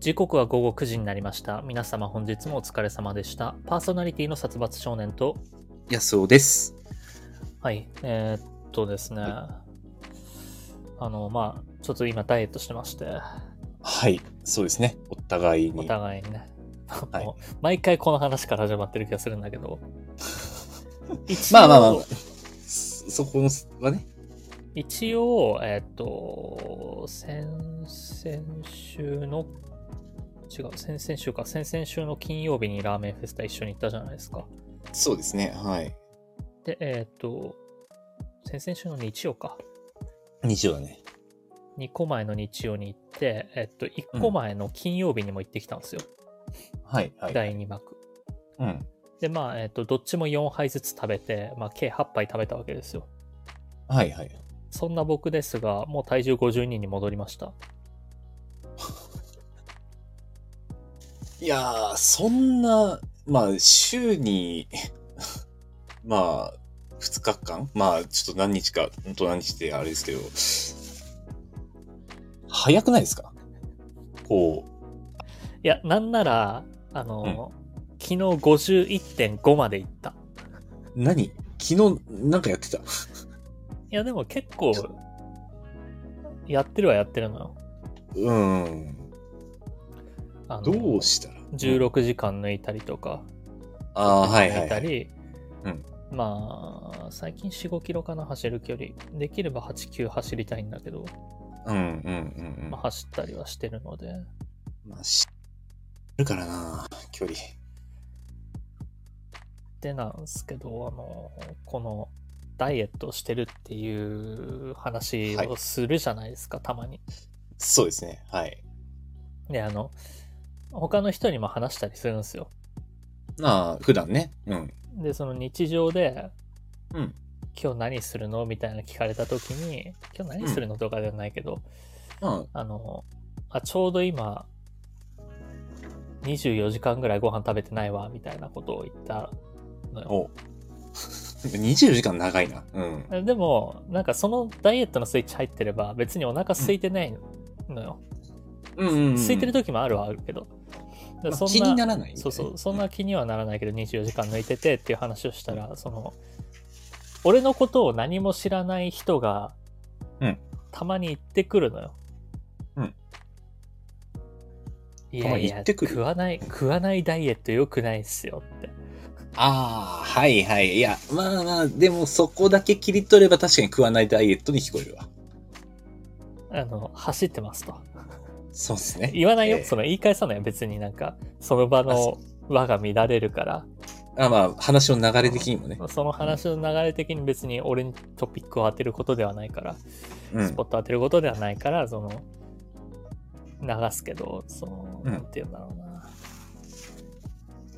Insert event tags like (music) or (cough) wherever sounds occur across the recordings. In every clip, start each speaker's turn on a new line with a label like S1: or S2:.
S1: 時刻は午後9時になりました。皆様本日もお疲れ様でした。パーソナリティの殺伐少年と、
S2: 安尾です。
S1: はい、えーっとですね、あの、まあ、ちょっと今ダイエットしてまして、
S2: はい、そうですね。お互い
S1: お
S2: に。
S1: 互いにね、
S2: はい
S1: もう毎回この話から始まってる気がするんだけ
S2: (laughs)
S1: ど、一応
S2: まあまあまあ、そそこはね。
S1: 一応、えーっと、先々週の、違う、先々週か、先々週の金曜日にラーメンフェスタ一緒に行ったじゃないですか。
S2: そうですね。はい。
S1: で、えーっと、先々週の日曜か。
S2: 日曜だね。
S1: 2個前の日曜に行って、えっと、1個前の金曜日にも行ってきたんですよ。
S2: はい、はい。
S1: 第2幕。
S2: うん。
S1: で、まあ、えっと、どっちも4杯ずつ食べて、まあ、計8杯食べたわけですよ。
S2: はい、はい。
S1: そんな僕ですが、もう体重52に戻りました。
S2: いやー、そんな、まあ、週に、 (laughs) まあ、2日間まあ、ちょっと何日か、本当何日ってあれですけど、早くないですかこう。
S1: いや、なんなら、あの、昨日51.5まで行った。
S2: 何昨日、なんかやってた。
S1: いや、でも結構、やってるはやってるのよ。
S2: うん。
S1: あの
S2: どうしたら
S1: ?16 時間抜いたりとか。
S2: ああー、はいは
S1: 抜
S2: い、
S1: い
S2: は
S1: た
S2: い。
S1: り、
S2: うん
S1: まあ最近4、5キロかな走る距離できれば8、9走りたいんだけど、
S2: うんうんうんうん
S1: まあ、走ったりはしてるので
S2: まあ、しるからな、距離。
S1: でなんですけどあのこのダイエットをしてるっていう話
S2: は
S1: を
S2: い
S1: するじゃないですか、たまに
S2: そうですね、はい。
S1: であの他の人にも話したりするんですよ
S2: まあ、普段ね。うん。
S1: でその日常で
S2: うん。
S1: 今日何するのみたいな聞かれた時に今日何するのとかではないけど、
S2: ま
S1: あの、あ、ちょうど今、24時間ぐらいご飯食べてないわ、みたいなことを言ったの
S2: あ、
S1: よ。
S2: (laughs) お24時間長いな。うん。
S1: でも、なんかそのダイエットのスイッチ入ってれば、別にお腹空いてないのよ。
S2: うん、うんうん。
S1: 空いてる時もあるはあるけど。だ
S2: まあ
S1: から
S2: 気にならないんだよね、
S1: そうそう、そんな気にはならないけど、24時間抜いててっていう話をしたら、その、俺のことを何も知らない人が、
S2: うん
S1: たまに言ってくるのよ。
S2: うん。
S1: い
S2: た
S1: や
S2: ま
S1: い
S2: に
S1: や
S2: 言ってくる
S1: 食わない、食わないダイエット良くないっすよって。
S2: ああ、はいはい。いや、まあまあ、でもそこだけ切り取れば確かに食わないダイエットに聞こえるわ。
S1: あの、走ってますと。
S2: そうですね。
S1: 言わないよ。
S2: ええ
S1: その言い返さないよ。別になんか、その場
S2: あ
S1: の
S2: そ
S1: 輪が乱れるから。
S2: あまあ、話の流れ的にもね。
S1: その話の流れ的に別に俺にトピックを当てることではないから、
S2: う
S1: ス
S2: ん
S1: ポッ。ト当てることではないから、その、流すけど、その、
S2: うん
S1: なんて言うんだろうな。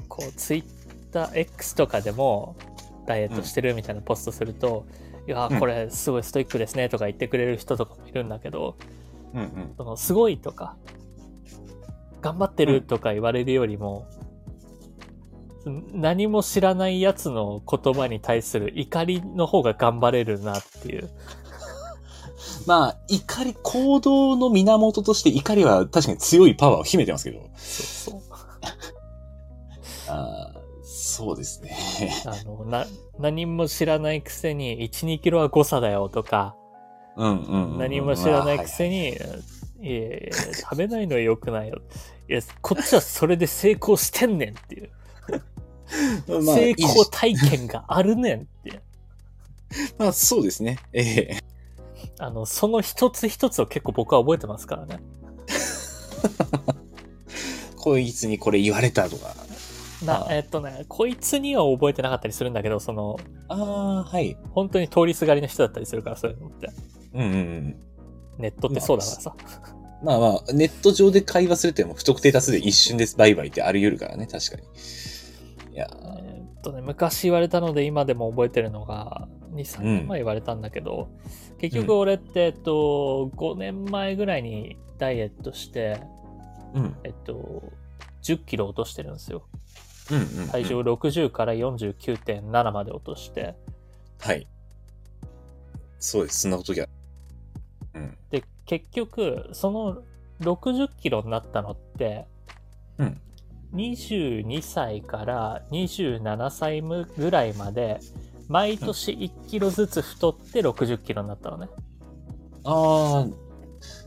S1: こう、ツイッター X とかでも、ダイエットしてるみたいなポストすると、いや
S2: う
S1: ー、
S2: ん
S1: これすごいストイックですねとか言ってくれる人とかもいるんだけど、
S2: うんうん。
S1: その、すごいとか、頑張ってるとか言われるよりも、何も知らないやつの言葉に対する怒りの方が頑張れるなっていう。
S2: まあ、怒り、行動の源として怒りは確かに強いパワーを秘めてますけど。
S1: そうそう。
S2: ああ、そうですね。
S1: あの、な、何も知らないくせに、1、2キロは誤差だよとか、
S2: うんうんうんうん
S1: 何も知らないくせに、いやいやいや食べないのは良くないよ。いや、こっちはそれで成功してんねんっていう。
S2: まあ
S1: 成
S2: いい
S1: 功体験があるねんっていう。
S2: まあそうですね。ええ
S1: あの、その一つ一つを結構僕は覚えてますからね。
S2: こいつにこれ言われたとか。
S1: な
S2: あ、あ
S1: えっとね、こいつには覚えてなかったりするんだけど、その、
S2: ああ、はい。
S1: 本当に通りすがりの人だったりするから、そういうのって。
S2: うんうんうん。
S1: ネットってそうだからさ。
S2: まあまあ、ネット上で会話するっても不特定多数で一瞬です。バイバイってあり得るからね、確かに。いや、
S1: えーっとね、昔言われたので今でも覚えてるのが23年前言われたんだけど、結局俺って、えっと、5年前ぐらいにダイエットして、
S2: うん。
S1: えっと、10キロ落としてるんですよ
S2: うんうん、うん。
S1: 体重を60から49.7まで落として
S2: はい。そうです。そんなこときゃ。うん。
S1: で結局その60キロになったのって、
S2: うん
S1: 22歳から27歳むぐらいまで毎年1キロずつ太って60キロになったのね、
S2: ああ、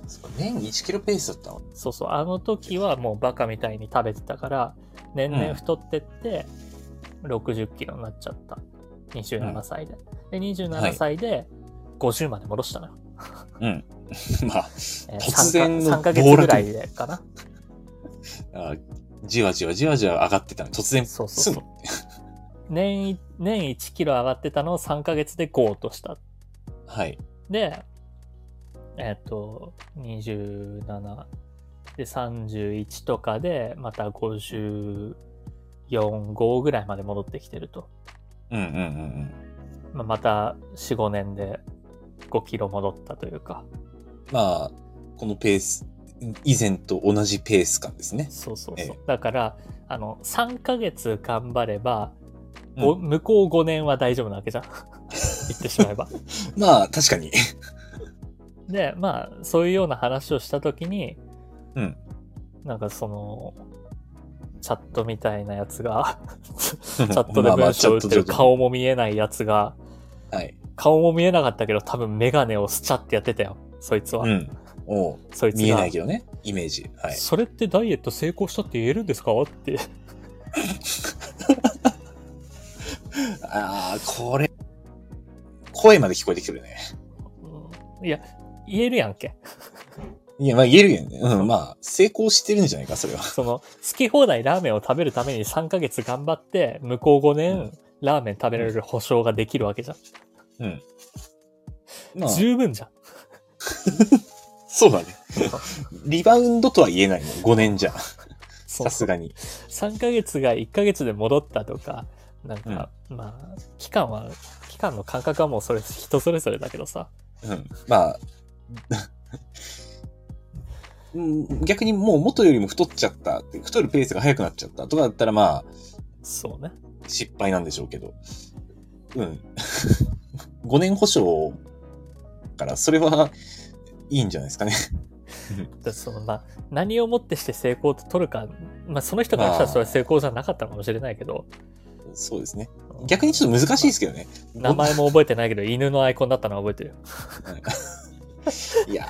S2: そっか年1キロペースだったの
S1: そうそうあの時はもうバカみたいに食べてたから年々太ってって60キロになっちゃった27歳で、で
S2: は
S1: 27
S2: い
S1: 歳で50まで戻したのよ、
S2: うん。 (laughs) まあ、
S1: えー
S2: 突然の
S1: 3か3ヶ月
S2: 暴落
S1: ぐらいでかな
S2: あーじわじわじわじわ上がってたの。突然、
S1: そうそう
S2: す
S1: そ
S2: ん
S1: う
S2: の。
S1: 年い年1キロ上がってたのを3ヶ月で5落とした
S2: はい。
S1: でえっ、と27で31とかでまた545ぐらいまで戻ってきてると、
S2: うんうんうんうん。
S1: まあ、また45年で5キロ戻ったというか
S2: まあ、このペース、以前と同じペース感ですね。
S1: そうそうそう、
S2: ええ
S1: だからあの3ヶ月頑張れば、
S2: うん
S1: ご向こう5年は大丈夫なわ
S2: (laughs)
S1: けじゃん言ってしまえば
S2: まあ、確かに。 (laughs)
S1: でまあそういうような話をした時に
S2: うん
S1: なんかそのチャットみたいなやつ
S2: (laughs)
S1: がチャットで文章を打ってる
S2: まあまあチャットで
S1: 顔も見えないやつが
S2: はい。
S1: 顔も見えなかったけど多分メガネをスチャってやってたよそいつは、
S2: うん。おう
S1: そいつが
S2: 見えないけどね。イメージ。はい。
S1: それってダイエット成功したって言えるんですかって
S2: ああ、これ、声まで聞こえてきてるね。
S1: うんいや言えるやんけ
S2: いや、まあ言えるよね。うん、まあ、成功してるんじゃないか、それ (laughs) は。
S1: そ (laughs) の好き放題ラーメンを食べるために3ヶ月頑張って向こう5年、
S2: うん
S1: ラーメン食べられる保証ができるわけじゃん、
S2: うん。まあ、
S1: 十分じゃん
S2: そうだね。リバウンドとは言えないね。5年じゃ。
S1: さ
S2: さすがに。
S1: 3ヶ月が1ヶ月で戻ったとか、なんか、まあ、期間は、期間の感覚はもうそれ、人それぞれだけどさ、
S2: うん。まあ、 (laughs) うん逆にもう元よりも太っちゃったって、太るペースが速くなっちゃったとかだったらまあ、
S1: そうね。
S2: 失敗なんでしょうけど。うん。5年保証から、それはいいんじゃないですかね。
S1: でそのまあ、何をもってして成功と取るか、まあ、その人からしたらそれは成功じゃなかったのかもしれないけど、
S2: そうですね。逆にちょっと難しいですけどね。
S1: 名前も覚えてないけど、犬のアイコンだったのは覚えてるよ。
S2: (laughs) いや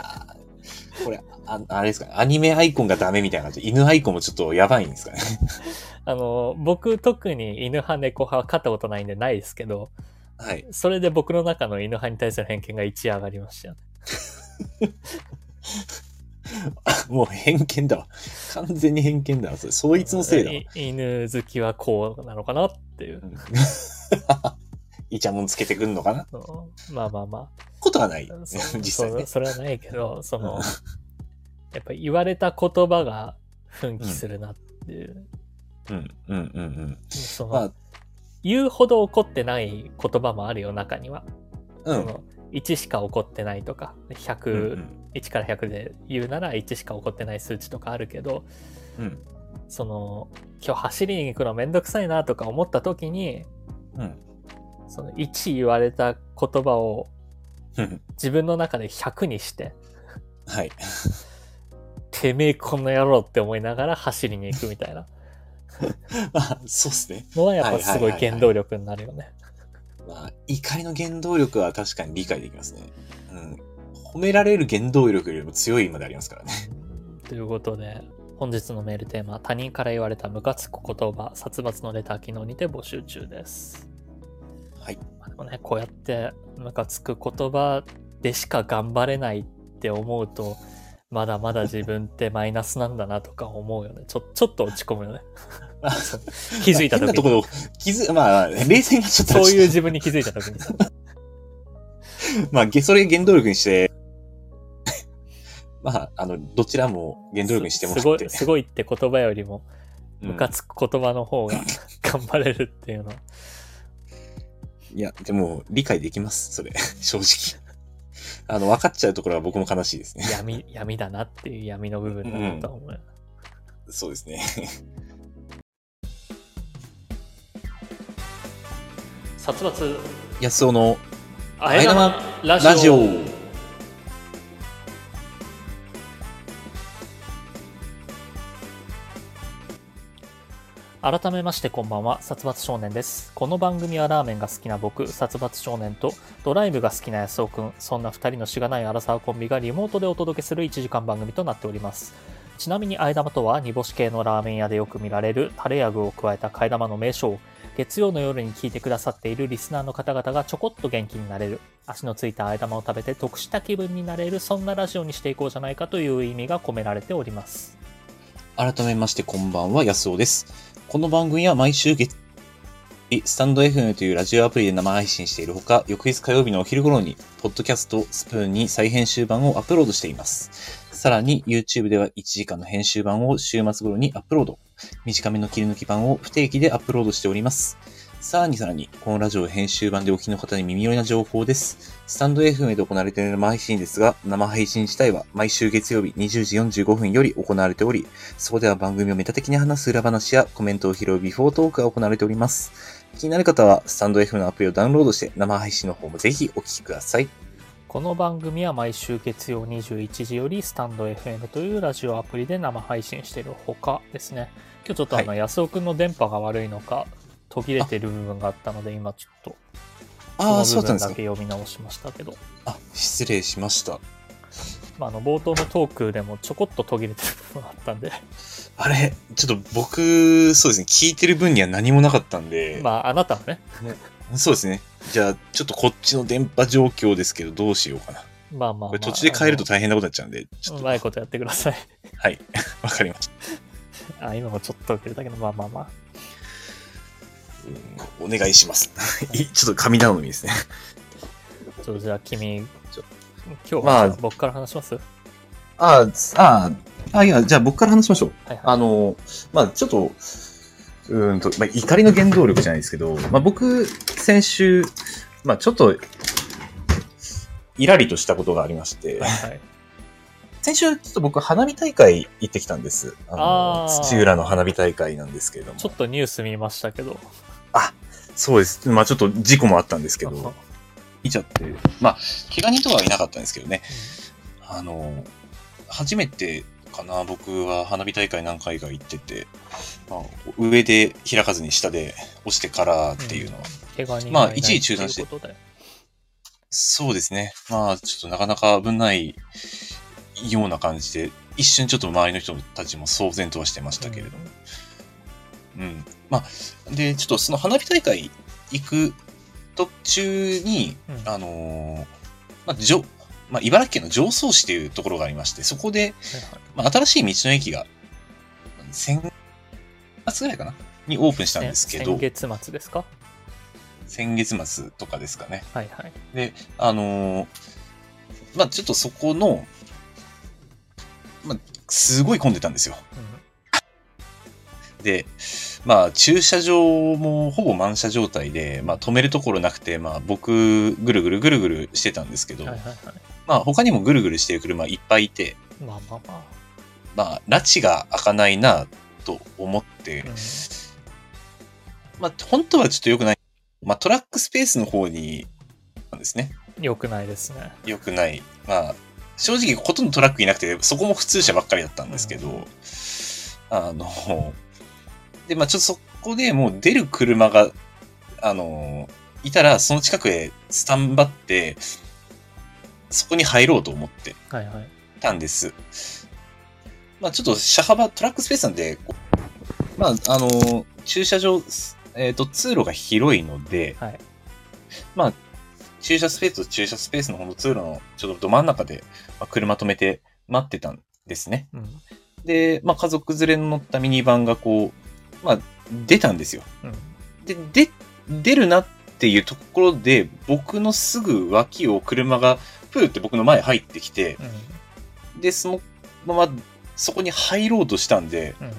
S2: ー、これ、ああれですかね、アニメアイコンがダメみたいな感じで、犬アイコンもちょっとやばいんですかね。
S1: あの、僕特に犬派猫派は飼ったことないんでないですけど、
S2: はい。
S1: それで僕の中の犬派に対する偏見が一夜上がりましたよね。
S2: もう偏見だわ。完全に偏見だわ。それ、そいつのせいだわ。
S1: い犬好きはこうなのかなっていう
S2: う。ん (laughs) イチャモンつけてくんのかな
S1: うんまあまあまあ。
S2: (laughs) ことはない。
S1: そう
S2: 実際
S1: そう
S2: ね。
S1: それはないけどその
S2: うん
S1: やっぱ言われた言葉が奮起するなっていう、
S2: うん、うん、うん、うん。
S1: その
S2: まあ、
S1: 言うほど怒ってない言葉もあるよ中には、
S2: う
S1: そ
S2: ん。
S1: の1しか怒ってないとか100、
S2: うんうん
S1: 1から100で言うなら1しか怒ってない数値とかあるけど
S2: うん、
S1: その今日走りに行くのめんどくさいなとか思った時に
S2: うん
S1: その1言われた言葉を
S2: うん。
S1: 自分の中で100にして
S2: はい。 (laughs)
S1: てめえこの野郎って思いながら走りに行くみたいな
S2: あそうですね。
S1: のはやっぱすごい原動力になるよね。
S2: まあ、怒りの原動力は確かに理解できますね。うん。褒められる原動力よりも強いまでありますからね。
S1: ということで本日のメールテーマ「他人から言われたムカつく言葉殺伐のレター機能」にて募集中です。
S2: はい。
S1: まあでもねこうやってムカつく言葉でしか頑張れないって思うとまだまだ自分ってマイナスなんだなとか思うよねちょちょっと落ち込むよね (laughs)
S2: あ
S1: 気づいた
S2: 変な
S1: 時
S2: とこ
S1: に
S2: ろ、気づ、まあ、冷静になっちゃった
S1: そ
S2: ら
S1: ういう自分に気づいた時にさ
S2: (laughs) まあ、げそれ原動力にして、 (laughs) まあ、あの、どちらも原動力にしてもら
S1: すすご
S2: って
S1: い、すごいって言葉よりも
S2: うん
S1: ムカつく言葉の方が頑張れるっていうのは、
S2: いや、でも、理解できます、それ、正直。あの、分かっちゃうところは僕も悲しいですね。
S1: 闇闇だなっていう闇の部分だなとは思う、
S2: そうですね。
S1: 殺伐
S2: 安尾の
S1: あ
S2: え
S1: え
S2: 玉
S1: ラジオ
S2: ラジオ。
S1: 改めましてこんばんは、殺伐少年です。この番組はラーメンが好きな僕、殺伐少年とドライブが好きな安尾くん、そんな二人のしがないアラサーコンビがリモートでお届けする1時間番組となっております。ちなみに、あえ玉とは煮干し系のラーメン屋でよく見られるタレや具を加えた替え玉の名称。月曜の夜に聞いてくださっているリスナーの方々がちょこっと元気になれる。足のついたあえ玉を食べて得した気分になれる、そんなラジオにしていこうじゃないかという意味が込められております。
S2: 改めましてこんばんは、安尾です。この番組は毎週月、えスタンド FM というラジオアプリで生配信しているほか、翌日火曜日のお昼頃に、ポッドキャストスプーンに再編集版をアップロードしています。さらに、YouTube では1時間の編集版を週末頃にアップロード。短めの切り抜き版を不定期でアップロードしております。さらにさらに、このラジオ編集版でお聞きの方に耳寄りな情報です。スタンド FM で行われている生配信ですが、生配信自体は毎週月曜日20時45分より行われており、そこでは番組をメタ的に話す裏話やコメントを拾うビフォートークが行われております。気になる方は、スタンド F のアプリをダウンロードして、生配信の方もぜひお聞きください。
S1: この番組は毎週月曜21時よりスタンド FM というラジオアプリで生配信しているほかですね今日ちょっとあの、
S2: は
S1: 安尾くんの電波が悪いのか途切れてる部分があったので今ちょっ
S2: ああ、
S1: とそう
S2: そ
S1: の
S2: だ
S1: 部分だ
S2: ったんですか
S1: け。読み直しましたけど、
S2: あ、失礼しました。
S1: まあ、あの冒頭のトークでもちょこっと途切れてる部分があったんで、
S2: あれ、ちょっと僕、そうですね、聞いてる分には何もなかったんで、
S1: まああなたはね
S2: そうですね。じゃあ、ちょっとこっちの電波状況ですけど、どうしようかな。
S1: まあまあ、
S2: こ
S1: まあ、
S2: れ途中で変えると
S1: あ
S2: 大変なことになっちゃうんで、ちょ
S1: の
S2: っ
S1: う
S2: と、
S1: ま
S2: はい
S1: い、ことやってください
S2: (laughs) わかりました。
S1: あ今もちょっと受けたけどまあまあまあ
S2: お願いします。 (laughs) いちょっと神頼みですね。
S1: ちょっとじゃあ君
S2: ちょ
S1: 今日
S2: まあ
S1: は僕から話します、
S2: ああ、ああ、あいや、じゃあ僕から話しましょう。
S1: はいはい
S2: あの、まあちょっと、うーんと、まあ、怒りの原動力じゃないですけど、まあ、僕、先週、まあ、ちょっと、イラリとしたことがありまして、
S1: はいはい
S2: 先週、ちょっと僕、花火大会行ってきたんです。あの
S1: あー
S2: 土浦の花火大会なんですけれども
S1: ち。ょっとニュース見ましたけど
S2: そうです。まあ、ちょっと事故もあったんですけ
S1: あ
S2: ど、 (laughs) 見ちゃって、まあ、怪我人とかはいなかったんですけどね。あの、初めてかな、僕は花火大会何回か行ってて、まあ、上で開かずに下で押してからっていうのは、
S1: 怪我人
S2: まあ
S1: がいない
S2: 一時中断して
S1: っていうことで
S2: そうですね。まあ、ちょっとなかなか危ないような感じで、一瞬ちょっと周りの人たちも騒然とはしてましたけれども。うん。まあ、で、ちょっとその花火大会行く途中に、
S1: うん
S2: あのーまあ、じょまあ、茨城県の常総市というところがありまして、そこで、まあ、新しい道の駅が、先月ぐらいかなにオープンしたんですけど、
S1: 先先月末ですか
S2: 先月末とかですかね。
S1: はいはい。
S2: あのーまあ、ちょっとそこの、まあ、すごい混んでたんですよ。で、まあ、駐車場もほぼ満車状態で、まあ、止めるところなくて、まあ、僕、ぐるぐるぐるぐるしてたんですけ
S1: う
S2: ど、
S1: ん、はいはいはい。
S2: まあ、他にもぐるぐるしてる車いっぱいいて、
S1: まあまあま
S2: まあ、拉致が開かないな、と思って
S1: あ。うん、
S2: まあ、本当はちょっと良くない。まあ、トラックスペースの方に、なんですね。
S1: 良くないですね。
S2: 良くない。まあ、正直、ほとんどトラックいなくて、そこも普通車ばっかりだったんですけど、
S1: うん
S2: あの、で、まあ、ちょっとそこでもう出る車が、あの、いたら、その近くへスタンバって、そこに入ろうと思って
S1: はいはい。
S2: たんです。まあ、ちょっと車幅、トラックスペースなんで、こうまあ、あの、駐車場、えっ、と、通路が広いので、
S1: はい
S2: まあ、駐車スペースと駐車スペースのほんと通路のちょっとど真ん中で、まあ、車止めて待ってたんですね。
S1: うん。
S2: で、まあ、家族連れの乗ったミニバンがこう、まあ、出たんですよ。
S1: うん。
S2: で、で、出るなっていうところで、僕のすぐ脇を車が、プーって僕の前入ってきて、
S1: う
S2: で、そのまま、そこに入ろうとしたんで、
S1: ん。うん。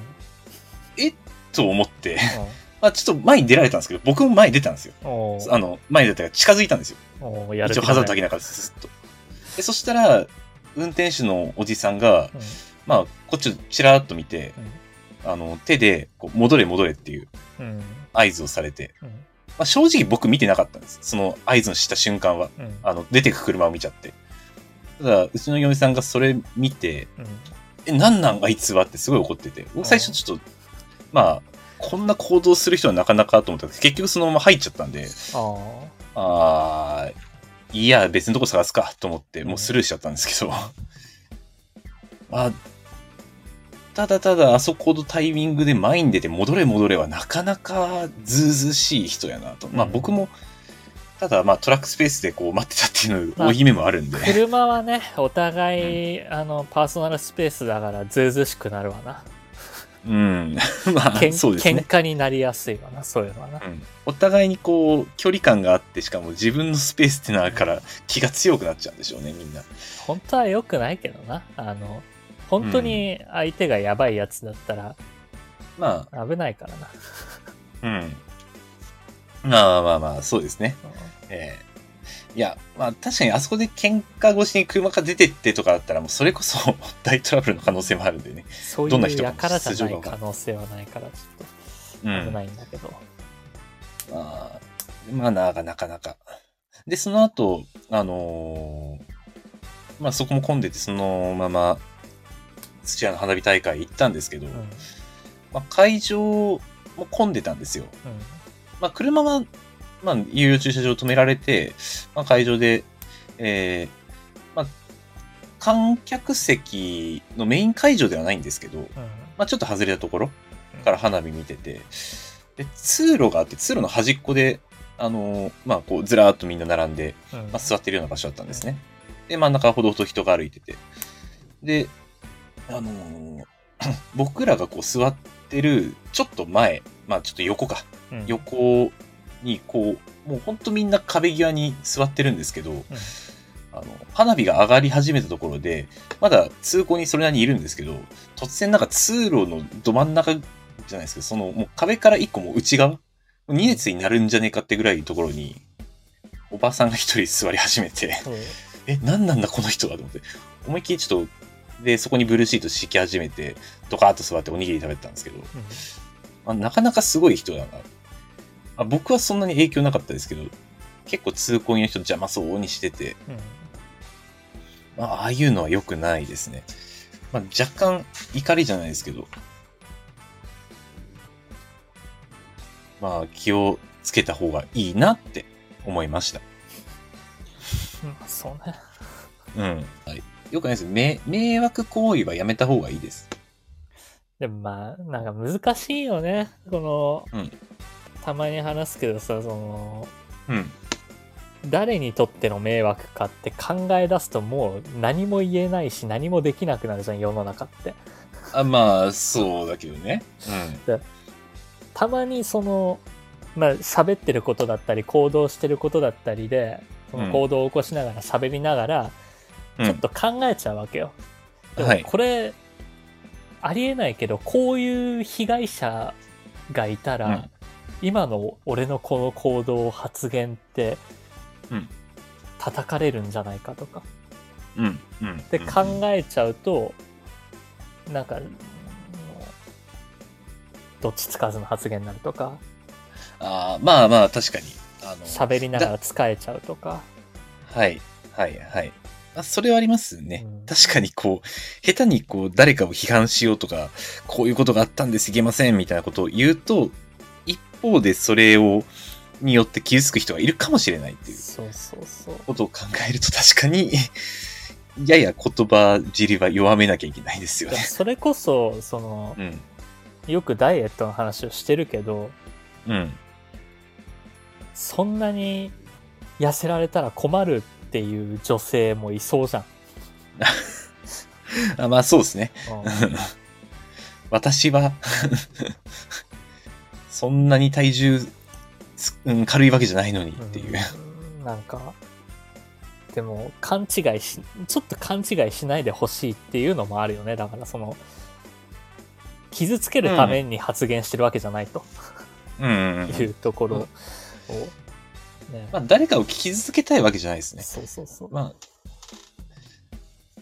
S2: と思って、まあちょっと前に出られたんですけど、僕も前に出たんですよ。
S1: うん、
S2: (laughs)
S1: おー
S2: あの、前に出たから近づいたんですよ。
S1: おーやる
S2: 一応
S1: 気だね
S2: ハザードかけながら、スッと。で、そしたら、運転手のおじさんが、まあ、こっちをちらっと見て、あの、手で、こう、戻れ戻れっていう
S1: うん。うん。
S2: 合図をされて、
S1: うん。
S2: まあ正直僕見てなかったんです。その合図をした瞬間は。
S1: うん。
S2: あの、出てく車を見ちゃって。ただ、うちの嫁さんがそれ見て、
S1: うん。
S2: え、なんなんあいつはってすごい怒ってて、僕最初ちょっと、まあ、こんな行動する人はなかなかと思ったんです結局そのまま入っちゃったんで、
S1: あー
S2: あーいや、別のとこ探すかと思って、もうスルーしちゃったんですけど。 (laughs) まあ、ただただあそこのタイミングで前に出て戻れ戻れはなかなかずうずうしい人やなと。まあ
S1: うん
S2: 僕も、ただまあトラックスペースでこう待ってたっていうの多い目もあるんで。
S1: 車はねお互いあのパーソナルスペースだからずうずうしくなるわな
S2: うん。 (laughs) ま
S1: けん
S2: あそうです
S1: 喧
S2: ね。
S1: 嘩になりやすいわなそういうのはな
S2: うんお互いにこう距離感があってしかも自分のスペースってのあるから気が強くなっちゃうんでしょうねみんな。
S1: 本当は良くないけどなあの本当に相手がやばいやつだったら
S2: まあ
S1: 危ないからな、
S2: うん。まあまあまあ、そうですね。
S1: うん
S2: ええいや、まあ確かにあそこで喧嘩越しに車が出てってとかだったら、もうそれこそ (laughs) 大トラブルの可能性もあるんでね。
S1: そう
S2: どんない人
S1: う
S2: か
S1: や
S2: も
S1: からじ
S2: 素性
S1: ゃな
S2: が
S1: い
S2: わ
S1: 可
S2: かんない
S1: 能性はないからちょ
S2: う
S1: っと危
S2: ん。
S1: ないんだけど、
S2: まあ、まあなかなかなか。で、その後、あのーまあそこも混んでて、そのまま、土屋の花火大会行ったんですけど、
S1: うんうん
S2: まあ、会場も混んでたんですよ。まあ、車は、まあ、有料駐車場止められて、まあ、会場で、えーまあ、観客席のメイン会場ではないんですけど、
S1: うん
S2: まあ、ちょっと外れたところから花火見てて、で、通路があって、通路の端っこで、あのーまあ、こう、ずらーっとみんな並んで、
S1: うん
S2: まあ、座ってるような場所だったんですね。で、真ん中ほどほど人が歩いてて。で、あのー (clears throat) 僕らがこう座ってる、ちょっと前、まあ、ちょっと横か、
S1: うん
S2: 横にこうもうほんとみんな壁際に座ってるんですけど、あの花火が上がり始めたところでまだ通行にそれなりにいるんですけど突然なんか通路のど真ん中じゃないですけどそのもう壁から一個もう内側2列になるんじゃねえかってぐらいのところにおばさんが一人座り始めて
S1: そう
S2: え何なんだこの人はと思って思いっきりちょっとでそこにブルーシート敷き始めてドカーッと座っておにぎり食べてたんですけど
S1: うん
S2: まあ、なかなかすごい人だな。あ僕はそんなに影響なかったですけど、結構通行人の人邪魔そうにしてて、
S1: うん
S2: まあ、ああいうのは良くないですね。まあ、若干怒りじゃないですけど、まあ、気をつけた方がいいなって思いました。
S1: まあそうね
S2: うん。はい、よくないです迷。迷惑行為はやめた方がいいです。
S1: でもまあなんか難しいよねこの、
S2: うん
S1: たまに話すけどさその
S2: うん。
S1: 誰にとっての迷惑かって考え出すともう何も言えないし何もできなくなるじゃん世の中って
S2: あまあ、そうだけどね。
S1: たまにそのまあ喋ってることだったり行動してることだったりでその行動を起こしながら喋りながら、
S2: うん。
S1: ちょっと考えちゃうわけよ、
S2: うん、
S1: でも
S2: はい。
S1: これありえないけどこういう被害者がいたら、
S2: うん
S1: 今の俺のこの行動発言って、
S2: うん
S1: 叩かれるんじゃないかとか
S2: うん。うん。
S1: で
S2: うん
S1: 考えちゃうと、なんかもうどっちつかずの発言になるとか
S2: あーまあまあ確かにあの
S1: 喋りながら疲れちゃうとか
S2: はいはいはいあそれはありますね、
S1: うん
S2: 確かにこう下手にこう誰かを批判しようとかこういうことがあったんですいけませんみたいなことを言うと一方でそれをによって傷つく人がいるかもしれないっていう
S1: そうそうそう
S2: ことを考えると確かに (laughs) やや言葉尻は弱めなきゃいけないですよ
S1: いや
S2: ね
S1: それこそその
S2: うん
S1: よくダイエットの話をしてるけど
S2: うん
S1: そんなに痩せられたら困るっていう女性もいそうじ
S2: (laughs)
S1: ゃん、
S2: あまあそうですね
S1: うん
S2: 私は (laughs) そんなに体重す、うん、軽いわけじゃないのにっていう、
S1: うんなんかでも勘違いしちょっと勘違いしないでほしいっていうのもあるよねだからその傷つけるために発言してるわけじゃないと
S2: うんうんうん
S1: いうところを、ね
S2: まあ、誰かを傷つけたいわけじゃないですね、
S1: そうそうそう、
S2: ま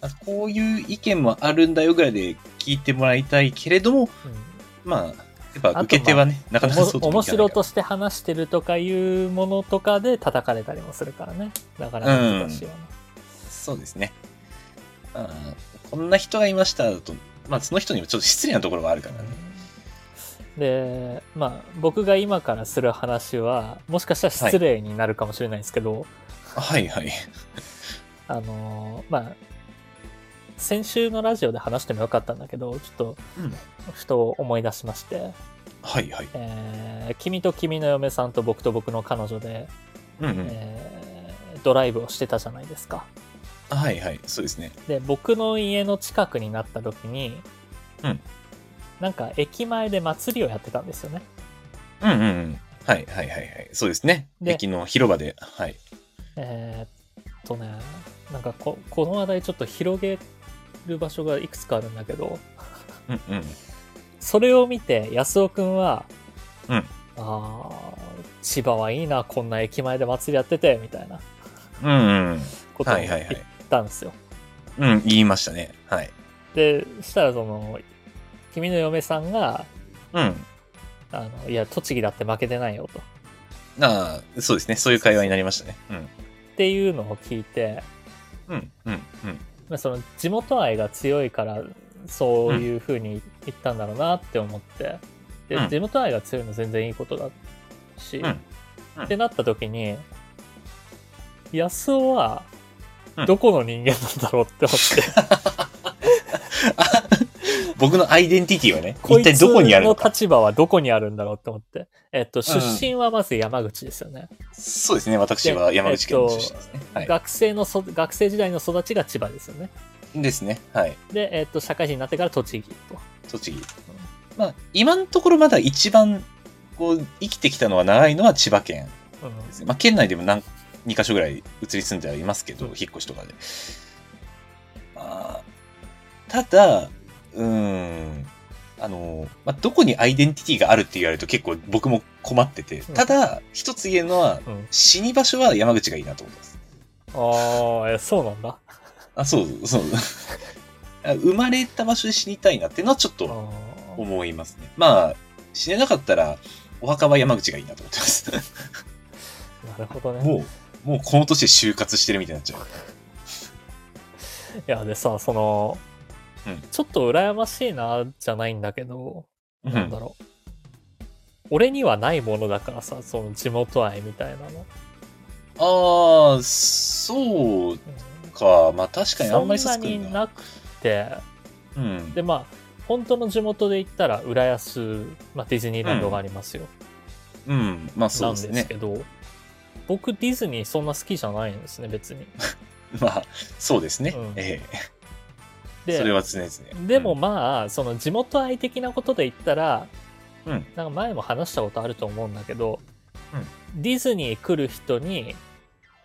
S2: あ、あこういう意見もあるんだよぐらいで聞いてもらいたいけれども
S1: うん
S2: まあやっぱ受け手はね、なかなかそう
S1: おも面白
S2: と
S1: として話してるとかいうものとかで叩かれたりもするからねだから難しいよね、
S2: そうですねあーこんな人がいましただとまあその人にもちょっと失礼なところがあるからね、
S1: うで、まあ、僕が今からする話は、もしかしたら失礼になるかもしれないですけど、
S2: はいはい。
S1: あのーまあ、先週のラジオで話してもよかったんだけど、ちょっと、
S2: うん
S1: ふと思い出しまして、
S2: はいはい。
S1: えー君と君の嫁さんと僕と僕の彼女で、
S2: うんうん。
S1: えードライブをしてたじゃないですか。
S2: はいはい。そうですね。
S1: で、僕の家の近くになった時に、
S2: うん
S1: なんか駅前で祭りをやってたんですよね。
S2: うんうんうん。はいはいはいはい。そうですね。
S1: で
S2: 駅の広場で。はい。
S1: えーっとね、なんかここの話題ちょっと広げる場所がいくつかあるんだけど、
S2: うんうん。
S1: それを見て安尾くんは、
S2: うん
S1: あー千葉はいいな、こんな駅前で祭りやってて、みたいな
S2: うんうん。
S1: ことを
S2: はい
S1: 言
S2: はいは
S1: っ
S2: い。
S1: たんですよ。
S2: うん、言いましたね。はい。
S1: で、そしたらその、君の嫁さんが、
S2: うん。
S1: あのいや、栃木だって負けてないよと。
S2: ああ、そうですね。そういう会話になりましたね。うん。
S1: っていうのを聞いて、
S2: うんうんうん。
S1: まあその地元愛が強いからそういうふうに言ったんだろうなって思って、
S2: う
S1: で
S2: ん
S1: 地元愛が強いの全然いいことだし、
S2: うんうん
S1: ってなった時に安尾は
S2: うん
S1: どこの人間なんだろうって思
S2: (laughs)
S1: って、
S2: 僕のアイデンティティはね、
S1: こ
S2: 一
S1: いつ
S2: 体どこにあるの
S1: の
S2: か。
S1: 立場はどこにあるんだろうって思って、えっと、出身はまず山口ですよね、
S2: そうですね。私は山口県の出身ですね。は
S1: 学生のそ学生時代の育ちが千葉ですよね
S2: い。ですね。はい。
S1: で、えっと、社会人になってから栃木と
S2: 栃木。まあ、今のところまだ一番、こう、生きてきたのは長いのは千葉県
S1: うん
S2: ですね。まあ、県内でも何、2カ所ぐらい移り住んではいますけど、引っ越しとかで。まあ、ただ、うーん、あの、まあ、どこにアイデンティティがあるって言われると結構僕も困ってて、
S1: うん
S2: ただ、一つ言えるのは、
S1: うん
S2: 死に場所は山口がいいなと思ってます。
S1: ああそうなんだ
S2: あ、そう、 (laughs) そう。あ生まれた場所で死にたいなってのはちょっと
S1: あー
S2: 思いますね。まあ、死ねなかったら、お墓は山口がいいなと思ってます。
S1: なるほどね。
S2: (laughs) もう、もうこの年で就活してるみたいになっちゃう。
S1: いや、でさ、その、
S2: うん
S1: ちょっと羨ましいな、じゃないんだけど、
S2: うん
S1: なんだろう。俺にはないものだからさ、その地元愛みたいなの。
S2: ああ、そう
S1: うん
S2: か。まあ確かにあんまり
S1: そんな
S2: さすく
S1: に
S2: んな。
S1: なくて、
S2: うん。
S1: で、まあ、本当の地元で言ったら、浦安、まあ、ディズニーランドがありますよ。
S2: うん。まあそ
S1: な
S2: うんです
S1: です
S2: ね
S1: け。ど、僕、ディズニーそんな好きじゃないんですね、別に。
S2: まあ、そうですね。
S1: うん
S2: ええ。
S1: で
S2: それは常々。
S1: でも、まあ、その地元愛的なことで言ったら、
S2: うん、うん。
S1: なんか前も話したことあると思うんだけど、ディズニー来る人に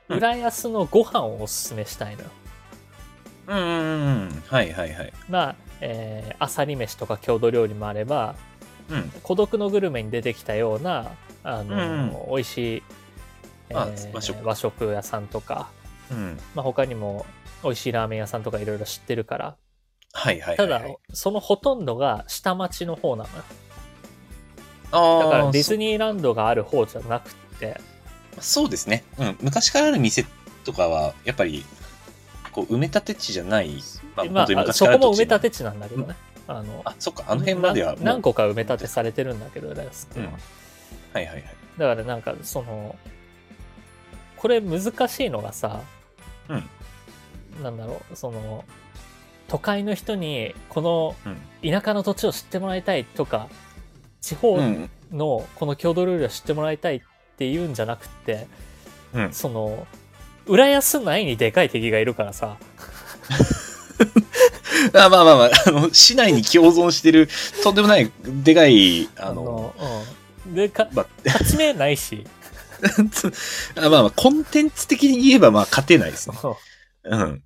S2: うん
S1: 浦安のご飯をおすすめしたいのよ。
S2: うんうんうんうん。はいはいはい。
S1: まあ、えー、あさり飯とか郷土料理もあれば
S2: うん。
S1: 孤独のグルメに出てきたようなあの、
S2: う
S1: 美味しい、
S2: あ和食
S1: 屋さんとか、
S2: うん。
S1: まあ、他にも美味しいラーメン屋さんとかいろいろ知ってるから
S2: はいはいはいはい。
S1: ただ、そのほとんどが下町の方なのよ
S2: あ
S1: だ
S2: あ
S1: からディ
S2: そ
S1: ズニーランドがある方じゃなくて
S2: そうですね。うん。昔からある店とかは、やっぱり、こう、埋め立て地じゃない。ま
S1: ま
S2: あ、本
S1: あ
S2: 当に昔
S1: そ
S2: から
S1: こ
S2: ある
S1: も埋め
S2: 土地の
S1: 立て地なんだけどね、あの
S2: あ、そっか。あの辺までは
S1: な
S2: もう。
S1: 何個か埋め立てされてるんだけど、浦安って
S2: う
S1: い
S2: ん。
S1: うの
S2: はい
S1: は
S2: はいはい。
S1: だからなんかそのこれ難しいのがさ、
S2: うん
S1: なんだろうその都会の人にこの
S2: うん。
S1: 田舎の土地を知ってもらいたいとか地方
S2: うん。
S1: のこの郷土料理を知ってもらいたいっていうんじゃなくって、
S2: うん
S1: その浦安内にでかい敵がいるからさ
S2: あまあまあまあ、あの、市内に共存してる、とんでもない、でかい、あの、、
S1: うん、でか
S2: まあ
S1: 勝ち目ないし。
S2: (laughs) あまあまあ、コンテンツ的に言えば、まあ、勝てないですね。うん。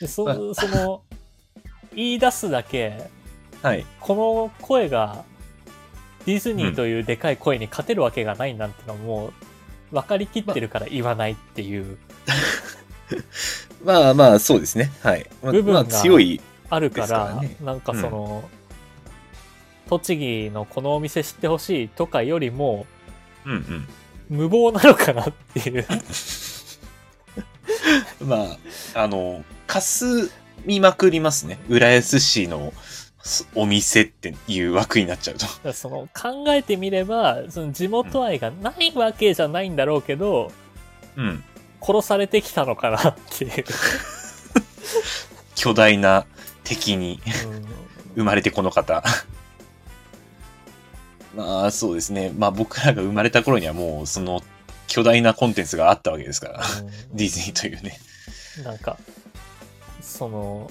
S1: でそその言い出すだけ
S2: はい。
S1: この声がディズニーというでかい声に勝てるわけがないなんてのはもう分かりきってるから言わないっていう
S2: まあまあ、そうですね。はい。まあ、
S1: 部分
S2: ま
S1: が
S2: あ強い。
S1: あるから
S2: ですからね
S1: なんかその、栃木のこのお店知ってほしいとかよりも
S2: うん
S1: 無謀なのかなって
S2: (laughs)
S1: いう
S2: うん。まあ、あの、かすみまくりますね。浦安市のすお店っていう枠になっちゃうと。
S1: らその考えてみればその地元愛がないわけじゃないんだろうけど、
S2: うん。
S1: 殺されてきたのかなっていう、
S2: 巨大な敵に
S1: うん
S2: 生まれてこの方。 (laughs) まあそうですね。まあ僕らが生まれた頃にはもうその巨大なコンテンツがあったわけですから。 (laughs) ディズニーというね。
S1: うんなんかその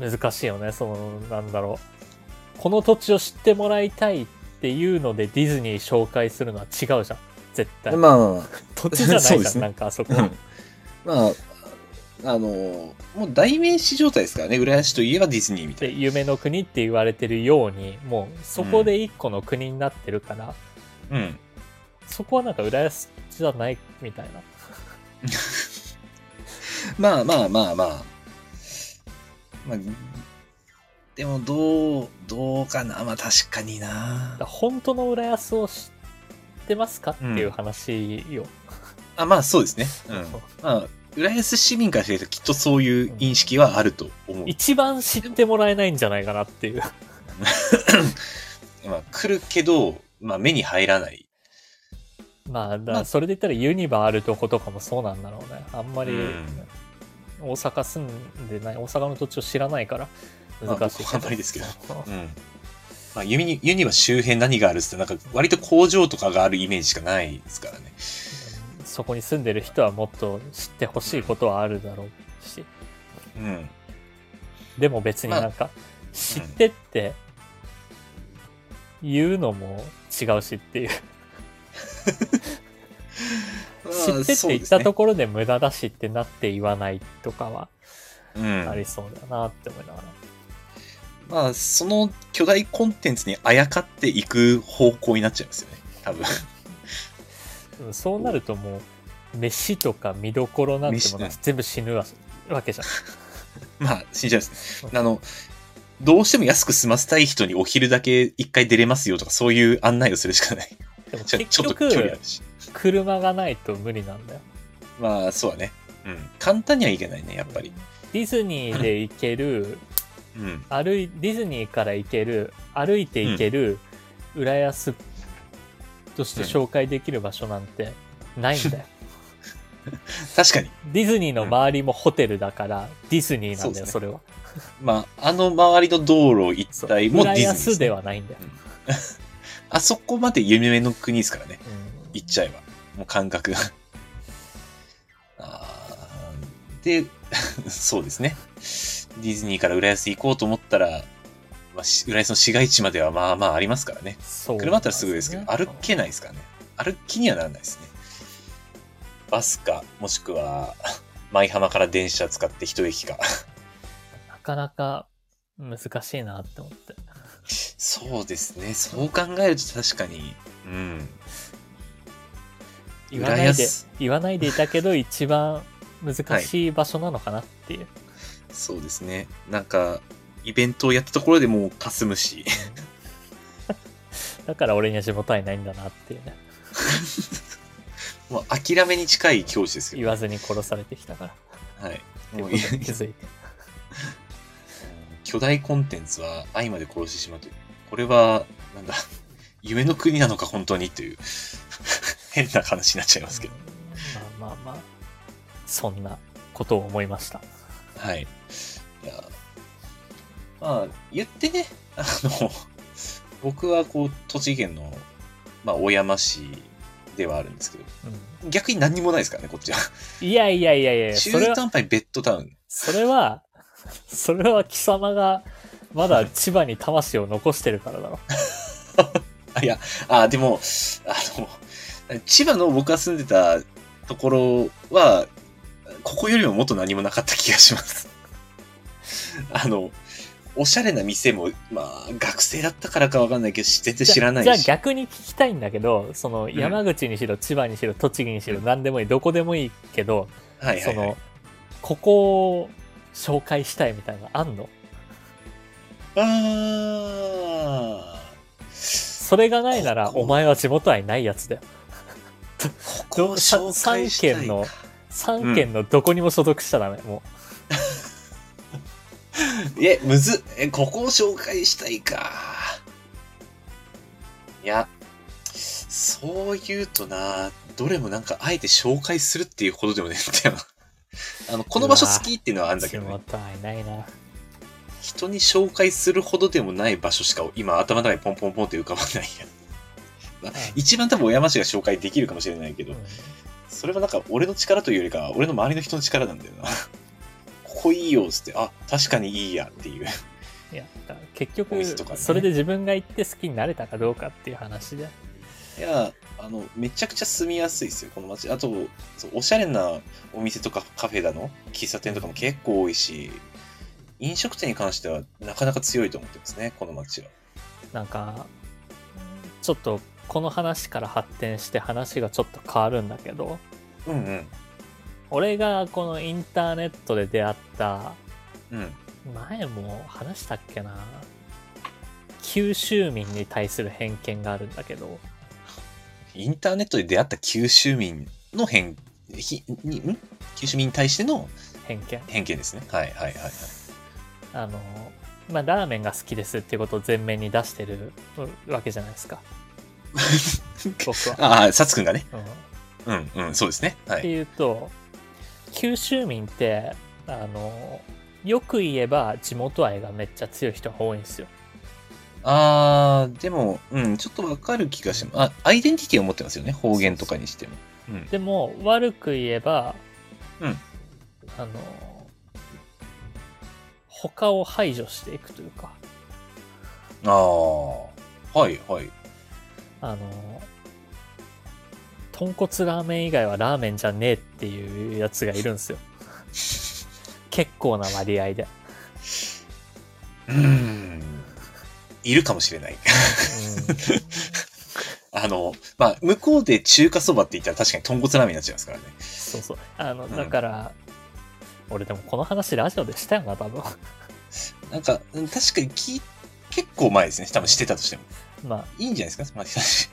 S1: 難しいよねそのなんだろうこの土地を知ってもらいたいっていうのでディズニー紹介するのは違うじゃん絶対
S2: まあ、
S1: 土地じゃな
S2: そう
S1: い
S2: で
S1: じゃん、
S2: すね
S1: なんかあそこ、
S2: うんまあ、あの、もう代名詞状態ですからね。浦安市といえばディズニーみた
S1: で
S2: いな。
S1: 夢の国って言われてるようにもうそこで一個の国になってるから、
S2: うん。
S1: そこはなんか浦安じゃないみたいな
S2: まあまあまあまあ。まあ、でもどう、どうかな。まあ確かにな
S1: だから。本当の浦安を知ってますかっていう話よ、
S2: あ、まあそうですね。うん。
S1: そう
S2: まあ、浦安市民からするときっとそういう認識はあると思う。
S1: 一番知ってもらえないんじゃないかなっていう (laughs)
S2: まあ来るけど、まあ目に入らない。
S1: まあだか
S2: ま
S1: ら
S2: あ
S1: それで言ったらユニバあるとことかもそうなんだろうねあんまり
S2: うん
S1: 大阪住んでない大阪の土地を知らないから
S2: まあ
S1: 難しいけど、
S2: 僕はあんまりですけど
S1: そう
S2: うん。まあユニユニバ周辺何があるっつってなんか割と工場とかがあるイメージしかないですからね。
S1: (laughs) そこに住んでる人はもっと知ってほしいことはあるだろうし
S2: うん。
S1: でも別になんか知ってって言うのも違うしっていう (laughs) 知ってって言ったところで無駄だしってなって言わないとかは
S2: こうん
S1: ありそうだなって思いながら、
S2: まあ、その巨大コンテンツにあやかっていく方向になっちゃいますよね。多分。
S1: うんそうなるともう飯とか見どころなんてものは
S2: 飯
S1: 全部死ぬわわけじゃん
S2: (laughs) まあ、死んじゃいますね。あの、どうしても安く済ませたい人にお昼だけ一回出れますよとか、そういう案内をするしかない。
S1: でも
S2: ちょち
S1: 結
S2: ょっと距離あ
S1: 局
S2: るし。
S1: 車がないと無理なんだよ
S2: まあ、そうだね。うん。簡単にはいけないね、やっぱり。
S1: ディズニーで行ける
S2: うん。
S1: 歩いディズニーから行ける歩いて行ける浦安として紹介できる場所なんてないんだよ、
S2: 確かに。
S1: (laughs) ディズニーの周りもホテルだからディズニーなんだよ、
S2: そ
S1: それは
S2: まあ、あの周りの道路一
S1: そう
S2: 帯もディ
S1: 浦
S2: ズニーすね
S1: 安ではないんだよ、
S2: あそこまで夢の国ですからね。
S1: うん
S2: 行っちゃえば。もう感覚が。 (laughs) あーで、 (laughs) そうですね。ディズニーから浦安行こうと思ったら、まあ、し浦安の市街地まではまあまあありますからね。
S1: そう
S2: 車だったらすぐですけど、
S1: なんよ
S2: 歩けないですからね。歩きにはならないですね。バスか、もしくは、 (laughs) 舞浜から電車使って一駅か。 (laughs)
S1: なかなか難しいなって思って
S2: そうですね。そう考えると確かに、うん。
S1: 言わな
S2: 浦
S1: いで
S2: 安
S1: 言わないでいたけど一番難しい場所なのかなっていう、
S2: そうですね。なんか、イベントをやったところでもう霞むし。 (laughs)
S1: だから俺には地元愛ないんだなっていうね
S2: もう諦めに近い教師ですけ
S1: 言
S2: ど、
S1: わずに殺されてきたから
S2: はい。
S1: っていう
S2: も
S1: こ
S2: う
S1: とに気づいて
S2: 巨大コンテンツは愛まで殺してしまうという。これは、なんだ、夢の国なのか本当にという、 (laughs) 変な話になっちゃいますけど。
S1: まあまあまあそんなことを思いました
S2: はい。いや、まあ、言ってね、あの、 (laughs) 僕はこう、栃木県の、まあ、小山市ではあるんですけど、
S1: うん
S2: 逆に何にもないですからね、こっちは。
S1: いやいやいやいや
S2: 中
S1: それは
S2: 途半端にベッドタウン。
S1: それはそれは貴様がまだ千葉に魂を残してるからだろ
S2: あいや、あ、でも、あの、千葉の僕が住んでたところは、ここよりももっと何もなかった気がします。 (laughs) あの、おしゃれな店も、まあ、学生だったからかわかんないけど、全然知らないし。
S1: じゃあじゃあ逆に聞きたいんだけどその
S2: ん
S1: 山口にしろ、千葉にしろ栃木にしろ
S2: うん
S1: 何でもいいどこでもいいけど、
S2: はいはい、はい、
S1: そのここを紹介したいみたいなのあんの
S2: あー
S1: それがないなら
S2: ここ
S1: お前は地元愛ないやつだよ
S2: ここを紹介したいか
S1: 三三軒の3県のどこにも所属しちゃダメ、も
S2: え、むずっえ、ここを紹介したいか。いや、そう言うとな、どれもなんかあえて紹介するっていうほどでもねえんだよ (laughs) な。あの、この場所好きっていうのはあるんだけどね。
S1: たいないな。
S2: 人に紹介するほどでもない場所しか今頭の中にポンポンポンって浮かばないや。まあ一番多分小山市が紹介できるかもしれないけど、それはなんか俺の力というよりかは俺の周りの人の力なんだよ (laughs) な。ここいいよっつって、あ、確かにいいやっていう。
S1: いや、だから結
S2: お
S1: 局、
S2: 店とかね
S1: それで自分が行って好きになれたかどうかっていう話で。
S2: いや、あの、めちゃくちゃ住みやすいですよ、この街。あと、そうおしゃれなお店とかカフェだの、喫茶店とかも結構多いし、飲食店に関してはなかなか強いと思ってますね、この街は。
S1: なんか、ちょっとこの話から発展して話がちょっと変わるんだけど、
S2: うんうん。
S1: 俺がこのインターネットで出会った、
S2: うん。
S1: 前も話したっけな、九州民に対する偏見があるんだけど、
S2: インターネットで出会った九州民の偏、ひにん九州民に対しての
S1: 偏見。
S2: 偏見ですね。はいはいはいはい。
S1: あの、まあ、ラーメンが好きですっていうことを前面に出してるうわけじゃないですか、僕は。
S2: ああ、さつくんがね。
S1: うんっ
S2: うんうん、そうですね。は
S1: て
S2: い。
S1: いうと、九州民って、あの、よく言えば地元愛がめっちゃ強い人が多いんですよ。
S2: ああ、でも、うん、ちょっとわかる気がします。あ、アイデンティティを持ってますよね、方言とかにしても。うん。
S1: でも、悪く言えば、
S2: うん
S1: あの、他を排除していくというか、
S2: ああ、はいはい。
S1: あの、豚骨ラーメン以外はラーメンじゃねえっていうやつがいるん
S2: (laughs)
S1: ですよ。結構な割合で。
S2: うーん。いるかもしれない。 (laughs) あの、まあ、向こうで中華そばって言ったら確かに豚骨ラーメンになっちゃいますからね。
S1: そうそう。あの、
S2: ん
S1: だから、俺でもこの話ラジオでしたよな、多分。
S2: なんか、うん確かにき結構前ですね。多分してたとしても。
S1: まあ、
S2: いいんじゃないですか、まあ、久し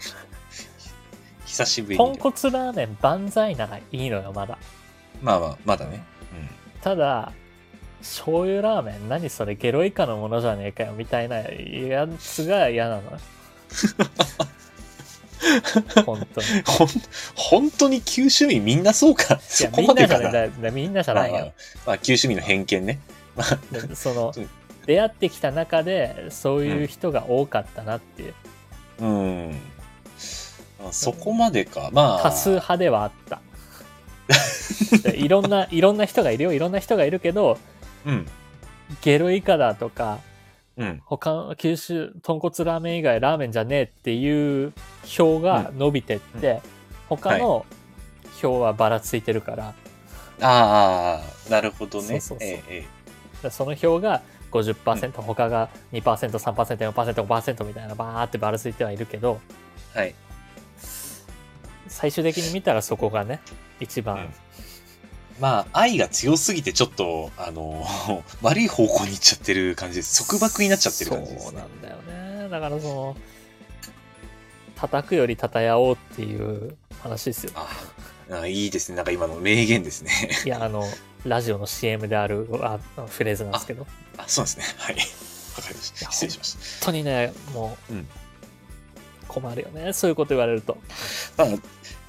S2: 久しぶり
S1: 豚
S2: に。
S1: 骨ラーメン万歳ならいいのよ、まだ。
S2: まあまあ、まだね。うん。
S1: ただ、醤油ラーメン何それゲロ以下のものじゃねえかよみたいなやつが嫌
S2: (laughs)
S1: なのよ。本当に。い
S2: ほん、本当に九州民みんなそうか。そ
S1: や、
S2: こ
S1: みん
S2: まで
S1: なじ
S2: か
S1: ゃ
S2: な。
S1: ない、だみんなじゃない
S2: まあま
S1: よ
S2: あ。まあ、九州民の偏見ね。まあ、
S1: でその
S2: うん
S1: 出会ってきた中でそういう人が多かったなっていう
S2: うん。まあそこまでか。まあ。
S1: 多数派ではあった
S2: (laughs)
S1: でいろんないろんな人がいるよいろんな人がいるけど
S2: うん。
S1: ゲロ以下だとか
S2: うん。
S1: 他の九州豚骨ラーメン以外ラーメンじゃねえっていう票が伸びてって、他の票はばらついてるから、
S2: ああ、なるほどね。
S1: そうそうそう
S2: えええ
S1: でその票が50%、他が 2%3%4%5% みたいなバーってばらついてはいるけど
S2: えはい。
S1: 最終的に見たらそこがね一番、
S2: うんまあ、愛が強すぎて、ちょっと、あの、 (laughs) 悪い方向に行っちゃってる感じです。束縛になっちゃってる感じです、
S1: そう
S2: ね
S1: な。んだよねだからその叩くより叩やおうっていう話ですよ
S2: あああ、いいですね。なんか今の名言ですね。 (laughs)
S1: いやあのラジオの CM であるあのフレーズなんですけど本
S2: あ、そうですね。はい。わかりました。失礼しまし
S1: 当にねもう、
S2: うん
S1: 困るよねそういうこと言われると
S2: た。まあ、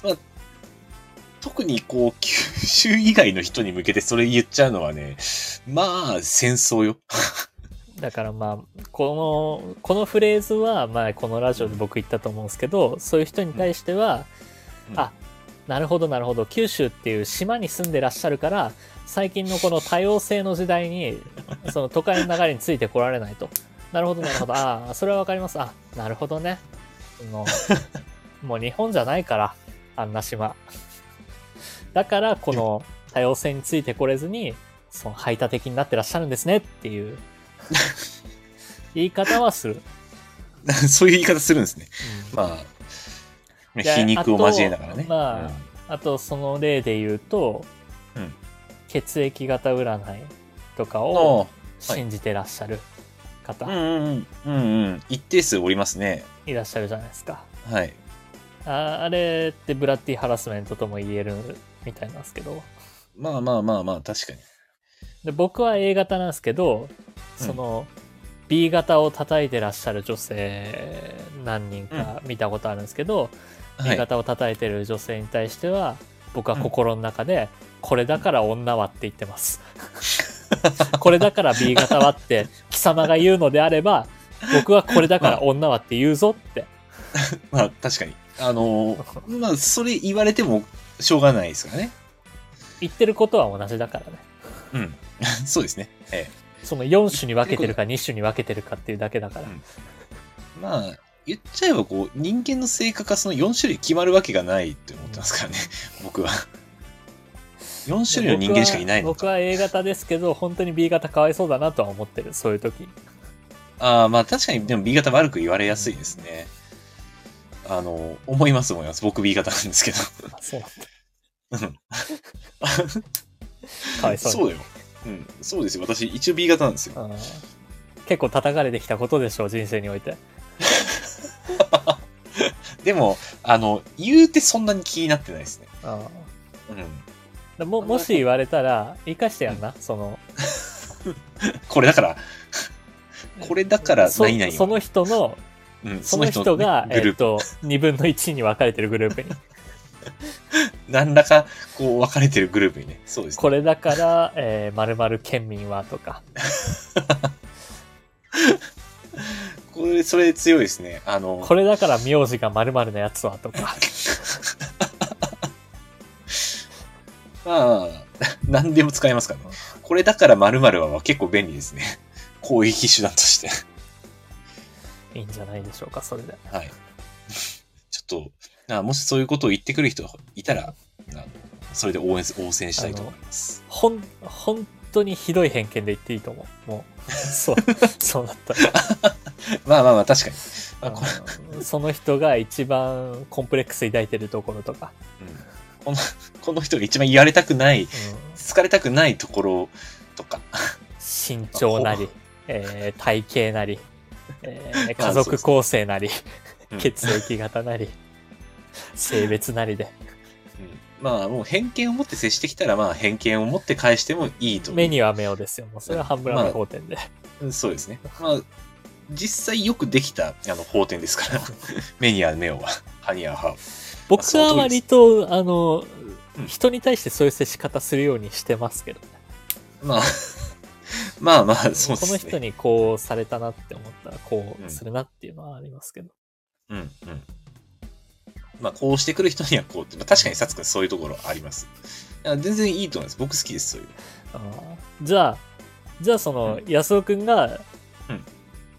S2: まあ、特にこう、九州以外の人に向けてそれ言っちゃうのはね、まあ、戦争よ。 (laughs)
S1: だからまあこのこのフレーズは前このラジオで僕言ったと思うんですけどそういう人に対しては、
S2: うん
S1: あなるほどなるほど九州っていう島に住んでらっしゃるから最近のこの多様性の時代にその都会の流れについてこられないとなるほどなるほどああそれはわかりますあなるほどねそのもう日本じゃないからあんな島だからこの多様性についてこれずにその排他的になってらっしゃるんですねっていう言い方はする。
S2: そういう言い方するんですね。まあ、
S1: で
S2: 皮肉を交えながら
S1: あ
S2: ね。
S1: とまあ
S2: うん
S1: あとその例で言うと、
S2: うん
S1: 血液型占いとか
S2: お
S1: を
S2: う
S1: 信じてらっしゃる
S2: う
S1: 方
S2: んうんうんうんうん一定数おりますね
S1: いらっしゃるじゃないですか。
S2: はい
S1: ああれってブラッディハラスメントとも言えるみたいなんですけど
S2: まあまあまあまあ確かに
S1: で僕は A 型なんですけど
S2: うん
S1: その B 型を叩いてらっしゃる女性何人か見たことあるんですけど、
S2: は
S1: B
S2: い。
S1: 型を叩いてる女性に対しては僕は心の中で、これだから女はって言ってます (laughs) これだから B 型はって貴様が言うのであれば僕はこれだから女はって言うぞって
S2: まあ、確かに。あのー、まあ、それ言われてもしょうがないですからね。
S1: 言ってることは同じだからね
S2: うん。 (laughs) そうですね。え
S1: その4種に分けてるか2種に分けてるかっていうだけだから、
S2: うんえ。まあ、言っちゃえばこう、人間の性格がその4種類決まるわけがないって思ってますからね、僕は。4種類の人間しかいないの
S1: 僕
S2: か。
S1: は僕は A 型ですけど本当に B 型かわいそうだなとは思ってるそういう
S2: (laughs)
S1: 時
S2: ああ、まあ確かに、でも B 型悪く言われやすいですね。あの、思います思います。僕 B 型なんですけど。
S1: あそうなんだ
S2: うん
S1: かわいそうに
S2: そうだよ。うん、そうですよ。私、一応 B 型なんですよ。
S1: うん結構叩かれてきたことでしょう人生において
S2: でも、あの、言うてそんなに気になってないですね。
S1: うん
S2: うん。
S1: でももし言われたら言い返してやんな、その
S2: これだから、これだから、
S1: そ
S2: 何々
S1: その
S2: を
S1: 人の
S2: うん
S1: そ
S2: そ
S1: の
S2: の
S1: 人が、
S2: ねグ
S1: え
S2: ル
S1: っ
S2: ープ、
S1: と2分の1に分かれてるグルー
S2: (laughs)
S1: プに
S2: 何らか、こう、分かれてるグループにね。そうですね。
S1: これだから、えー、〇〇県民はとか
S2: これ、それ強いですね。あの、
S1: これだから名字が〇〇のやつはとか
S2: まあ、何でも使えますからね。これだから〇〇は結構便利ですね。攻撃手段として。
S1: いいんじゃないでしょうかそれで
S2: はい。 (laughs) ちょっと、あもしそういうことを言ってくる人がいたら、あのそれで応援す、応戦したいと思います。 (laughs)
S1: ほん本当にひどい偏見で言っていいと思うも
S2: (laughs)
S1: うそうそうだったら
S2: まあまあまあ、確かに。まあこ
S1: うんその人が一番コンプレックス抱いてるところとか、
S2: うんこの、この人が一番言われたくない、
S1: うん
S2: 疲れたくないところとか、
S1: 身長なり
S2: ほ、
S1: えー体型なり、えー
S2: (laughs) ま
S1: 家
S2: あそうで
S1: 族
S2: す
S1: 構成なり、
S2: うん
S1: 血液型なり、性別なりで、
S2: うんまあもう偏見を持って接してきたら、まあ偏見を持って返してもいいと思う。
S1: 目には目をですよ。もうそれは半分の法典で。
S2: うんそうですね。まあ、実際よくできた、あの、法典で
S1: (laughs)
S2: すから。目には目をは、歯には歯を。
S1: 僕は
S2: その通り
S1: 割と、あの
S2: うん、
S1: 人に対してそういう接し方するようにしてますけどね、
S2: まあ、 (laughs) まあまあ、そうです
S1: こ
S2: ね。
S1: の人にこうされたなって思ったら、こ
S2: う
S1: うんするなっていうのはありますけど。
S2: うんうん。まあ、こうしてくる人にはこうって、まあ、確かにさつくんそういうところあります。いや全然いいと思います。僕好きです、そういう。
S1: あーじゃあ、じゃあその、安尾くんが
S2: うん、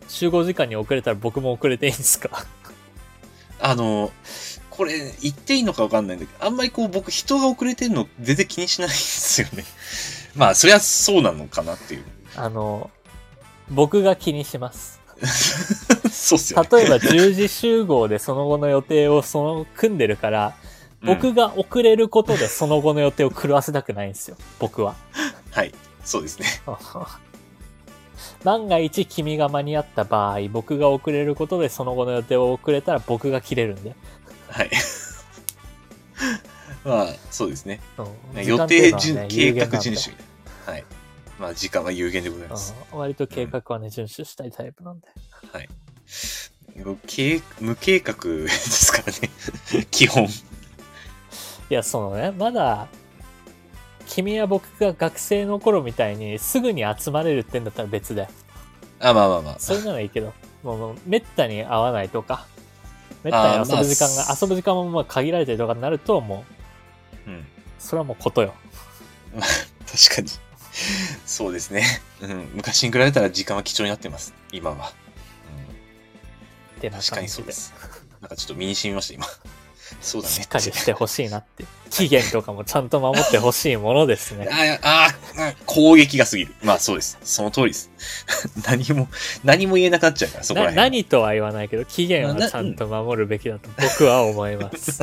S1: 集合時間に遅れたら僕も遅れていいんですか
S2: あの、これ、言っていいのかわかんないんだけど、あんまりこう、僕、人が遅れてるの全然気にしないんです
S1: (laughs)
S2: よね。まあ、そりゃそうなのかなっていう。
S1: あの、僕が気にします。
S2: そうっす
S1: 例
S2: よね。 (laughs)
S1: えば10時集合でその後の予定をその組んでるから、
S2: うん
S1: 僕が遅れることでその後の予定を狂わせたくないんですよ、僕
S2: (laughs)
S1: は。
S2: はい。そうですね。
S1: 万が一君が間に合った場合、僕が遅れることでその後の予定を遅れたら僕が切れるんで。
S2: はい。 (laughs) まあ、そうですね。
S1: うん
S2: 予定
S1: 時間
S2: 順、
S1: ってい
S2: 計
S1: うのはね有限なんで
S2: 画遵守みたいな。はい。まあ、時間は有限でございます。
S1: うん割と計画はね、遵守したいタイプなんで。
S2: はい。計無計画ですからね。 (laughs) 基本。
S1: いや、そのね、まだ、君や僕が学生の頃みたいにすぐに集まれるってんだったら別 (laughs) で。
S2: あ、まあまあまあ。
S1: それならいいけど、もう、めったに会わないとか、めったに遊ぶ時間が、
S2: あーまあ
S1: 遊ぶ時間もまあ限られてるとかになると、もう、
S2: うん。
S1: それはもうことよ。
S2: 確かに。そうですね。うん。昔に比べたら時間は貴重になってます。今は。
S1: って
S2: うん。
S1: な
S2: 確か
S1: 感
S2: に
S1: じ
S2: そう
S1: で
S2: で。す。なんかちょっと身に染みました、今。そうだね。
S1: しっかりしてほしいなって。期限とかもちゃんと守ってほしいものです (laughs) ね。
S2: ああ、あ攻撃が過ぎる。まあそうです。その通りです。 (laughs) 何も、何も言えなくなっちゃうから、そこら
S1: な
S2: 辺は。
S1: 何とは言わないけど、期限はちゃんと守るべきだと僕は思い (laughs) ます。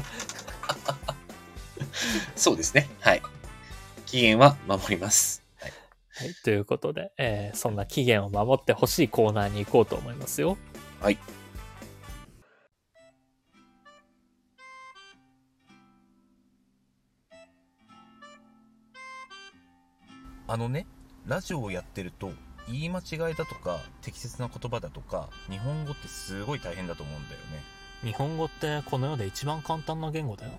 S2: そうですね。はい。期限は守ります。はい、
S1: はい、ということで、えーそんな期限を守ってほしいコーナーに行こうと思いますよ。
S2: はい。
S3: あのね
S2: ラジオをやってると、言い間違いだとか、適切な言葉だとか、日本語ってすごい大変だと思うんだよね。
S1: 日本語ってこの世で一番簡単な言語だよ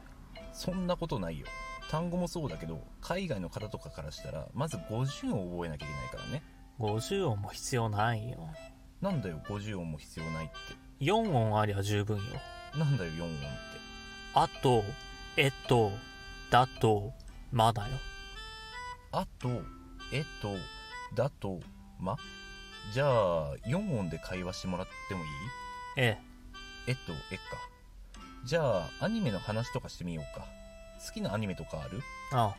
S2: そんなことないよ。単語もそうだけど、海外の方とかからしたら、まず50音を覚えなきゃいけないからね。
S1: 50音も必要ないよ
S2: なんだよ、50音も必要ないっ
S1: 4音ありゃ十分よ
S2: て。なんだよ、4音って。
S1: あとえっとだとまだよ
S2: あと、えっと、だと、まじゃあ、4音で会話してもらってもいい
S1: え
S2: えっと、えっか。じゃあ、アニメの話とかしてみようか。好きなアニメとかある
S1: えあ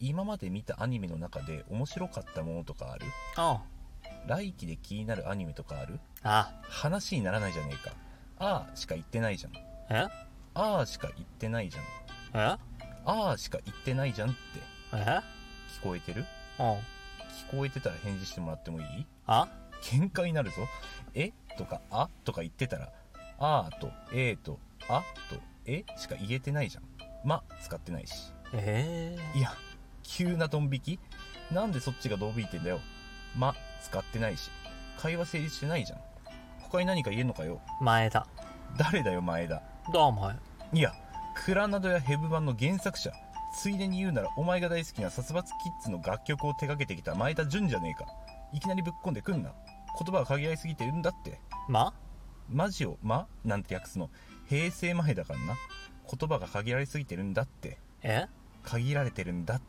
S2: 今まで見たアニメの中で面白かったものとかある
S1: あ
S2: 来期で気になるアニメとかある
S1: あ
S2: 話にならないじゃねえか。あーしか言ってないじゃん。
S1: え
S2: あーしか言ってないじゃん。
S1: え
S2: あーしか言ってないじゃんって
S1: え
S2: 聞こえてる
S1: うん
S2: 聞こえてたら返事してもらってもいい
S1: あ
S2: 喧嘩になるぞ。えとかあとか言ってたら、あーと、えーと、あと、えしか言えてないじゃん。ま、使ってないし。
S1: え
S2: いや、急なドン引きなんでそっちがドン引いてんだよ。ま、使ってないし。会話成立してないじゃん。他に何か言えんのかよ。
S1: 前田
S2: 誰だよ、前田。
S1: どうもよ
S2: いや、クラナドやヘブ版の原作者。ついでに言うなら、お前が大好きな殺伐キッズの楽曲を手掛けてきた前田純じゃねえか。いきなりぶっこんでくんな。言葉が限り合いすぎてるんだって。
S1: ま
S2: マジを、ま、なんて訳すの。平成前だからな。言葉が限られすぎてるんだって。
S1: え
S2: 限られてるんだって。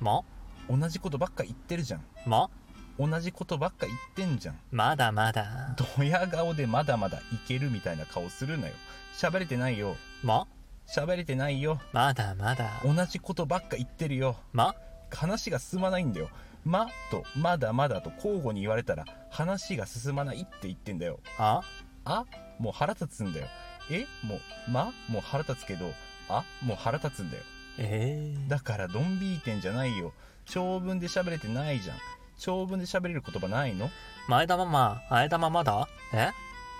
S1: ま
S2: 同じことばっか言ってるじゃん。
S1: ま
S2: 同じことばっか言ってんじゃん。
S1: まだまだ
S2: ドヤ顔でまだまだいけるみたいな顔するなよ。喋れてないよ。
S1: ま
S2: 喋れてないよ。
S1: まだまだ
S2: 同じことばっか言ってるよ。
S1: ま
S2: 話が進まないんだよ。まとまだまだと交互に言われたら話が進まないって言ってんだよ。
S1: あ
S2: あもう腹立つんだよ。えもう、まもう腹立つけど、あもう腹立つんだよ。
S1: ええ
S2: だからドンビーテンじゃないよ。長文で喋れてないじゃん。長文で喋れる言葉ないの
S1: 前田ママ前田ママだえ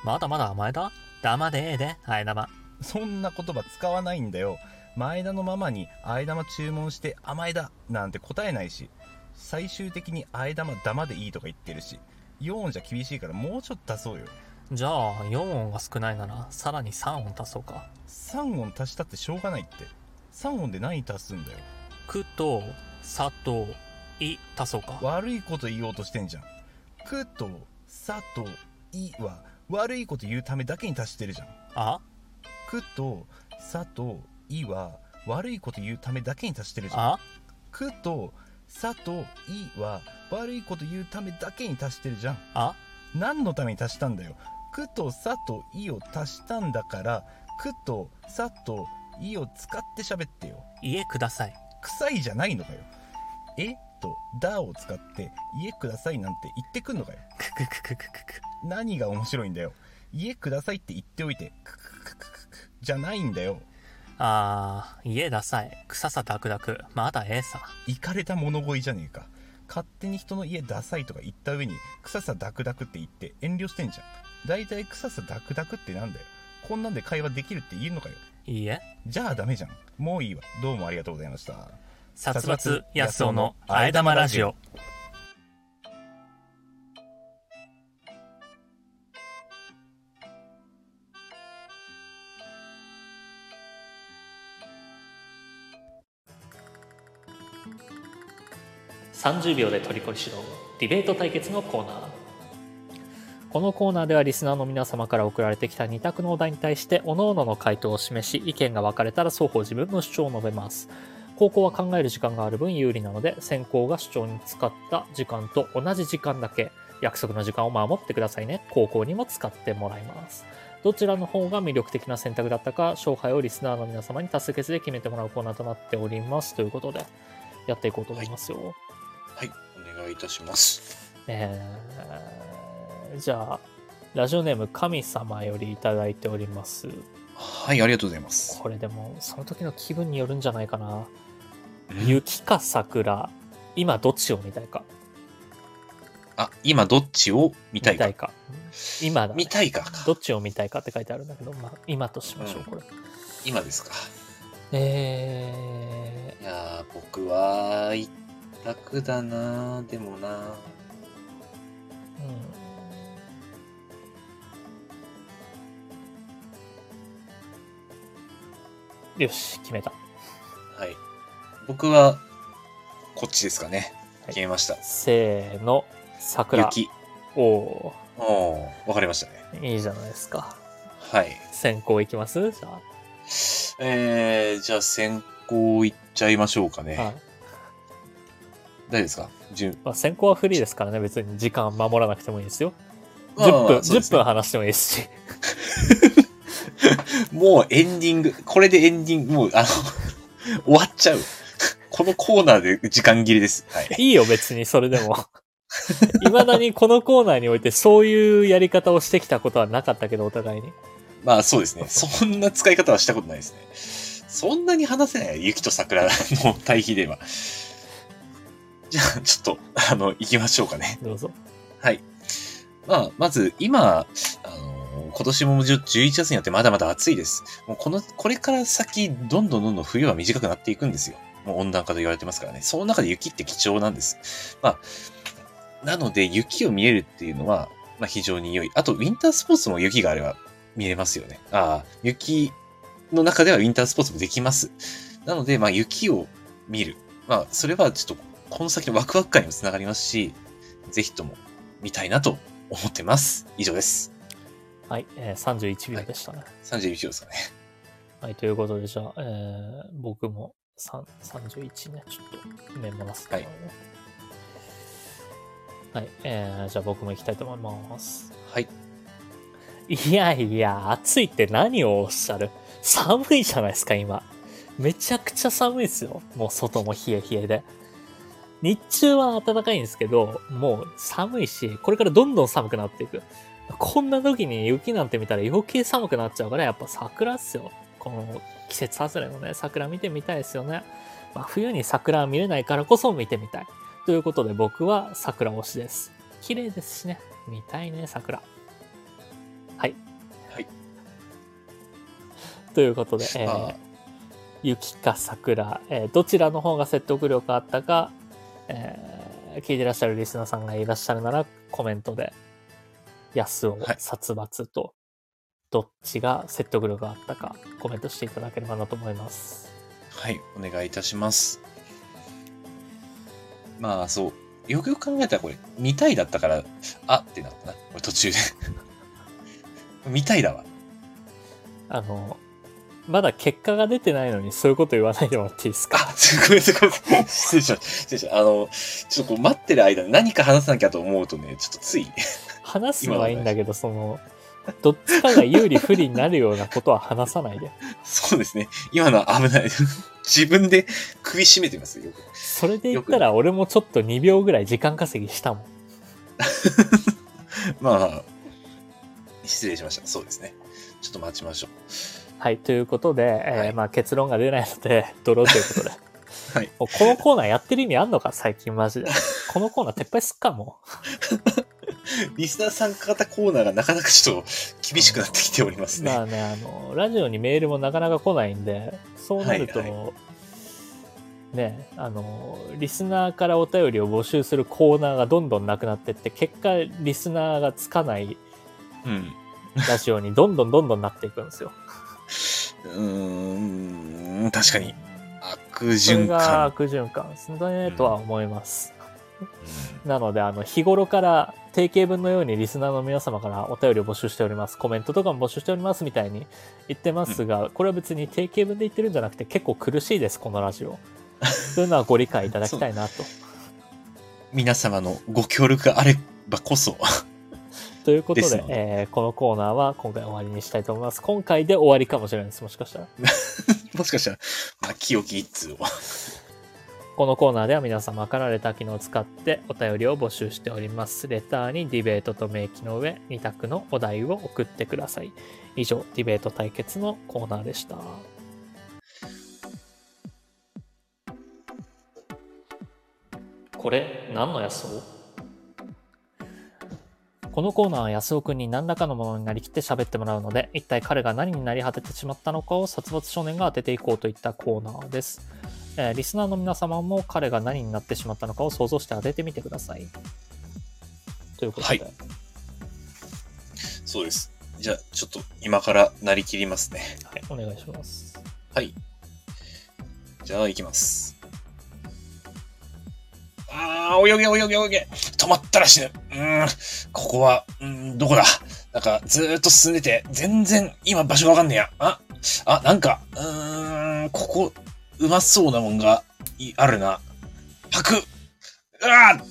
S1: まだまだ前田黙でええで前田マ
S2: そんな言葉使わないんだよ。前田のママに、あえ玉注文して、甘えだなんて答えないし、最終的に、あえ玉玉でいいとか言ってるし、4音じゃ厳しいからもうちょっと足そうよ。
S1: じゃあ4音が少ないならさらに3音足そうか
S2: 3音足したってしょうがないって。3音で何足すんだよ。
S1: 「く」と「さ」と「い」足そうか
S2: 悪いこと言おうとしてんじゃん。くと、さと、いは、悪いこと言うためだけに足してるじゃん。
S1: あ
S2: くと、さと、いは、悪いこと言うためだけに足してるじゃん。
S1: あ
S2: くと、さと、いは、悪いこと言うためだけに足してるじゃん。
S1: あ
S2: 何のために足したんだよ。くと、さと、いを足したんだから、くと、さと、いを使って喋ってよ。
S1: 家ください
S2: 臭いじゃないのかよ。えと、だを使って、家くださいなんて言ってくんのかよ。
S1: くくくくくくく
S2: 何が面白いんだよ。家くださいって言っておいて、くくくくくくじゃないんだよ。
S1: あー家ださい臭さダクダクまだええさ
S2: イかれた物乞いじゃねえか勝手に人の家ダサいとか言った上に臭さダクダクって言って遠慮してんじゃんだいたい臭さダクダクってなんだよこんなんで会話できるって言えるのかよ
S1: いいえ
S2: じゃあダメじゃんもういいわどうもありがとうございました
S1: 殺伐安男のあえ玉ラジオ30秒で取りこり指導ディベート対決のコーナーこのコーナーではリスナーの皆様から送られてきた2択のお題に対して各々の回答を示し意見が分かれたら双方自分の主張を述べます高校は考える時間がある分有利なので先行が主張に使った時間と同じ時間だけ約束の時間を守ってくださいね高校にも使ってもらいますどちらの方が魅力的な選択だったか勝敗をリスナーの皆様に多数決で決めてもらうコーナーとなっておりますということでやっていこうと思いますよ、
S2: はいお願いいたします
S1: えーじゃあラジオネーム神様よりいただいております
S2: はいありがとうございます
S1: これでもその時の気分によるんじゃないかな雪か桜今どっちを見たいか
S2: あ今どっちを
S1: 見
S2: 見
S1: たいか今だ、ね、
S2: たいか
S1: どっちを見たいかって書いてあるんだけど、まあ、今としましょう
S2: うん
S1: これ、
S2: 今ですか
S1: え
S2: いや僕は楽だなぁでもなぁ
S1: うんよし決めた
S2: はい。僕は、こっちですかね。
S1: はい
S2: 決めました。
S1: せーの桜
S2: 雪。
S1: おお
S2: おーわかりましたね。
S1: ーいいじゃないですか
S2: はい。
S1: 先行いきますじゃ
S2: えー、じゃあ先行いっちゃいましょうかね。
S1: あ、はい
S2: 大丈夫ですか10
S1: まあ、先行はフリーですからね別に時間守らなくてもいいですよ
S2: まあまあ
S1: 10
S2: まあ
S1: 分、
S2: そうで
S1: 10
S2: すね
S1: 分話してもいいですし
S2: もうエンディング、これでエンディング、もう、あの、 (laughs) 終わっちゃう。 (laughs) このコーナーで時間切れです。はい。
S1: (laughs) いいよ別にそれでもいまだにこのコーナーにおいてそういうやり方をしてきたことはなかったけどお互いに
S2: まあそうですね。そんな使い方はしたことないですね。そんなに話せない。雪と桜の対比では。じゃあ、ちょっと、あの、行きましょうかね。
S1: どうぞ
S2: はい。まあ、まず、今、あの今年もじゅ11月になってまだまだ暑いです。もうこの、これから先、どんどんどんどん冬は短くなっていくんですよ。もう温暖化と言われてますからね。その中で雪って貴重なんです。まあ、なので雪を見えるっていうのは、まあ非常に良い。あと、ウィンタースポーツも雪があれば見れますよね。ああ、雪の中ではウィンタースポーツもできます。なので、まあ雪を見る。まあ、それはちょっと、この先のワクワク感にもつながりますし、ぜひとも見たいなと思ってます。以上です。
S1: はい、えー、31秒でしたね、
S2: 31秒ですかね。
S1: はい、ということで、じゃあ、えー僕も3 31ね、ちょっとメモらせてもらうよはい、えーじゃあ僕も行きたいと思います。
S2: はい。
S1: いやいや、暑いって何をおっしゃる寒いじゃないですか、今。めちゃくちゃ寒いですよ。もう外も冷え冷えで。日中は暖かいんですけど、もう寒いし、これからどんどん寒くなっていく。こんな時に雪なんて見たら余計寒くなっちゃうから、やっぱ桜っすよ。この季節外れのね、桜見てみたいですよね。まあ、冬に桜は見れないからこそ見てみたい。ということで僕は桜推しです。綺麗ですしね。見たいね、桜。はい。
S2: はい。
S1: ということで、えー
S2: あー
S1: 雪か桜、えーどちらの方が説得力あったか、えー聞いてらっしゃるリスナーさんがいらっしゃるならコメントで安を
S2: はい
S1: 殺伐と、どっちが説得力があったかコメントしていただければなと思います
S2: はい。お願いいたします。まあ、そう。よくよく考えたらこれ、見たいだったから、あってなったな。俺途中で。 (laughs) 見たいだわ。
S1: あのまだ結果が出てないのにそういうこと言わないでもらっていいですか
S2: あ、すごいすごい。失礼しました。失礼しました。あの、ちょっとこう待ってる間に何か話さなきゃと思うとね、ちょっとつい。
S1: 話すのはいいんだけどそのどっちかが有利不利になるようなことは話さないで
S2: そうですね。今のは危ない。自分で首絞めてますよ。よく
S1: それで言ったら俺もちょっと2秒ぐらい時間稼ぎしたもん
S2: まあまあ、失礼しました。そうですね。ちょっと待ちましょう。
S1: はい、ということで、えー
S2: はい
S1: まあ、結論が出ないので、 (laughs) ドローということで。
S2: (laughs) はい
S1: もうこのコーナーやってる意味あんのか (laughs) 最近マジで。このコーナー撤廃すっかも
S2: リスナー参加型コーナーがなかなかちょっと厳しくなってきております
S1: う。
S2: ね。
S1: まあね、あの、ラジオにメールもなかなか来ないんで、そうなると、
S2: はい
S1: ね、あの、リスナーからお便りを募集するコーナーがどんどんなくなってって、結果、リスナーがつかない
S2: うん。
S1: ラジオにどんどんどんどんなっていくんですよ。
S2: うーん、確かに。悪
S1: それ
S2: (laughs) 循
S1: が
S2: 環。
S1: 悪循環ですね、とは思います。なので、あの、日頃から定型文のようにリスナーの皆様からお便りを募集しております。コメントとかも募集しておりますみたいに言ってますが、これは別に定型文で言ってるんじゃなくて結構苦しいです、このラジ
S2: (laughs)
S1: オ。というのはご理解いただきたいなと。
S2: 皆様のご協力があればこそ。 (laughs)
S1: ということで
S2: ですので
S1: えーこのコーナーは今回終わりにしたいと思います。今回で終わりかもしれないです、もしかしたら。
S2: もしかしたら、まあ、清き一通を。
S1: このコーナーでは皆様からレター機能を使ってお便りを募集しております。レターにディベートと明記の上、2択のお題を送ってください。以上、ディベート対決のコーナーでした。これ、何の安尾このコーナーは安尾くんに何らかのものになりきって喋ってもらうので、一体彼が何になり果ててしまったのかを殺伐少年が当てていこうといったコーナーです。えーリスナーの皆様も彼が何になってしまったのかを想像して当ててみてください。ということで、
S2: はいそうです。じゃあ、ちょっと今からなりきりますね。
S1: はいお願いします。
S2: はい。じゃあ、行きます。あー、泳げ泳げ泳げ。止まったら死ぬ。うーん、ここは、うーん、どこだなんか、ずーっと進んでて、全然、今場所がわかんねえや。あ、あ、なんか、うーん、ここ、うまそうなもんが、いあるな。パクうわー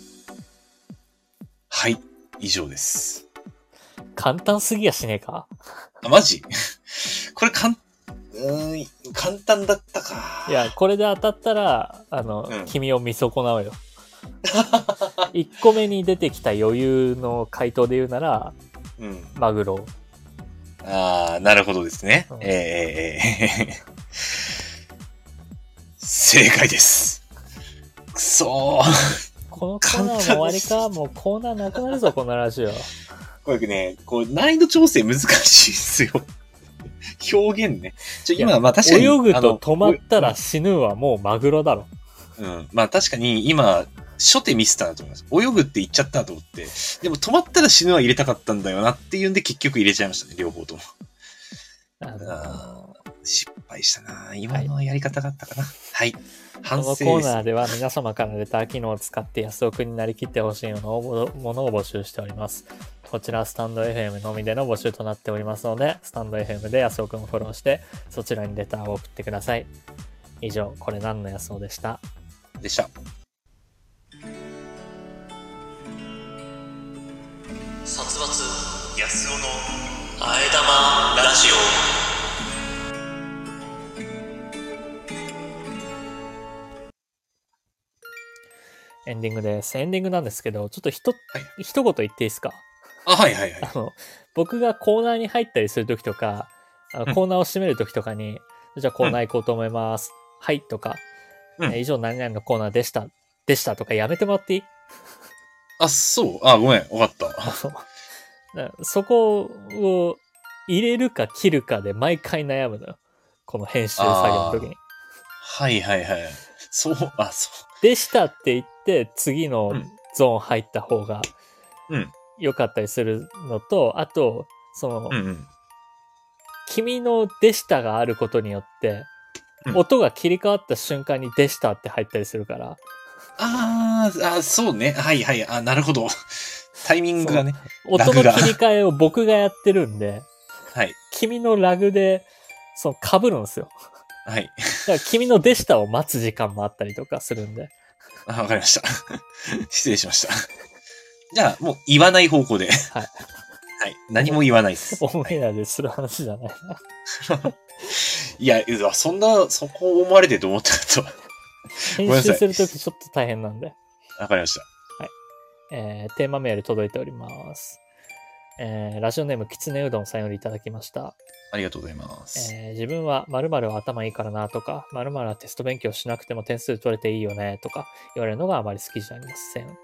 S2: はい、以上です。
S1: 簡単すぎやしねえか
S2: あ、マジ (laughs) これ、かん、うーん、簡単だったか。
S1: いや、これで当たったら、あの、
S2: うん
S1: 君を見損なうよ。1個目に出てきた余裕の回答で言うなら、
S2: うん。
S1: マグロ。
S2: ああ、なるほどですね
S1: うん。
S2: えーえーえー正解です。くそー。
S1: このコーナーも終わりか、もうコーナーなくなるぞ、このラジオ。
S2: これね、こう、難易度調整難しいっすよ。表現ね。ちょ、
S1: いや
S2: 今、まあ確かに。
S1: 泳ぐ
S2: あ
S1: と
S2: の
S1: 止まったら死ぬはもうマグロだろ。
S2: おうん。まあ確かに、今、初手ミスったなと思います。泳ぐって言っちゃったなと思って。でも止まったら死ぬは入れたかったんだよなっていうんで、結局入れちゃいましたね、両方とも。
S1: あの
S2: あ失敗したな今のはやり方があったかな。はい。
S1: こ
S2: 反
S1: の
S2: 省です。
S1: コーナーでは皆様からレター機能を使って安尾くんになりきってほしいものをものを募集しております。こちらはスタンド FM のみでの募集となっておりますので、スタンド FM で安尾くんをフォローして、そちらにレターを送ってください。以上、これ何の安尾でした。
S2: でした。
S3: 殺伐安男のあえ玉ラジオ
S1: エンディングです。エンディングなんですけど、ちょっとひと、
S2: い
S1: 一言言っていいですか
S2: あ、はいはいはい。
S1: あの、僕がコーナーに入ったりするときとか、あ
S2: うん
S1: のコーナーを閉めるときとかに、じゃあコーナー行こうと思います。はいとか、
S2: うん
S1: え以上何々のコーナーでした、でしたとかやめてもらっていい
S2: あ、そう。あ、ごめん。わかった。
S1: あのなそこを入れるか切るかで毎回悩むのよ。この編集作業の時に。
S2: はいはいはい。そう、あ、そ
S1: でしたって言って、次の
S2: うん
S1: ゾーン入った方が
S2: うん
S1: 良かったりするのと、あと、その、
S2: う。うんうん。
S1: 君のでしたがあることによって、
S2: うん
S1: 音が切り替わった瞬間にでしたって入ったりするから、
S2: あーあ、そうね。はいはい。あ、なるほど。タイミングがね。ラ
S1: 音
S2: グ
S1: の
S2: が
S1: 切り替えを僕がやってるんで、
S2: はい。
S1: 君のラグで、その被るんですよ。
S2: はい。
S1: だから君のでしたを待つ時間もあったりとかするんで。
S2: あわかりました。 (laughs) 失礼しました。じゃあ、もう言わない方向で。はい何も言わない (laughs) です。
S1: オンエアでする話じゃないな。
S2: いや、うわそんな、そこを思われてると思ったと。んな
S1: 編
S2: さ
S1: 集
S2: い
S1: するときちょっと大変なんで。
S2: わかりました。
S1: えーテーマメール届いております。えーラジオネームきつねうどんさんよりいただきました。
S2: ありがとうございます。
S1: えー自分は〇〇は頭いいからなとか、〇〇はテスト勉強しなくても点数取れていいよねとか言われるのがあまり好きじゃありません。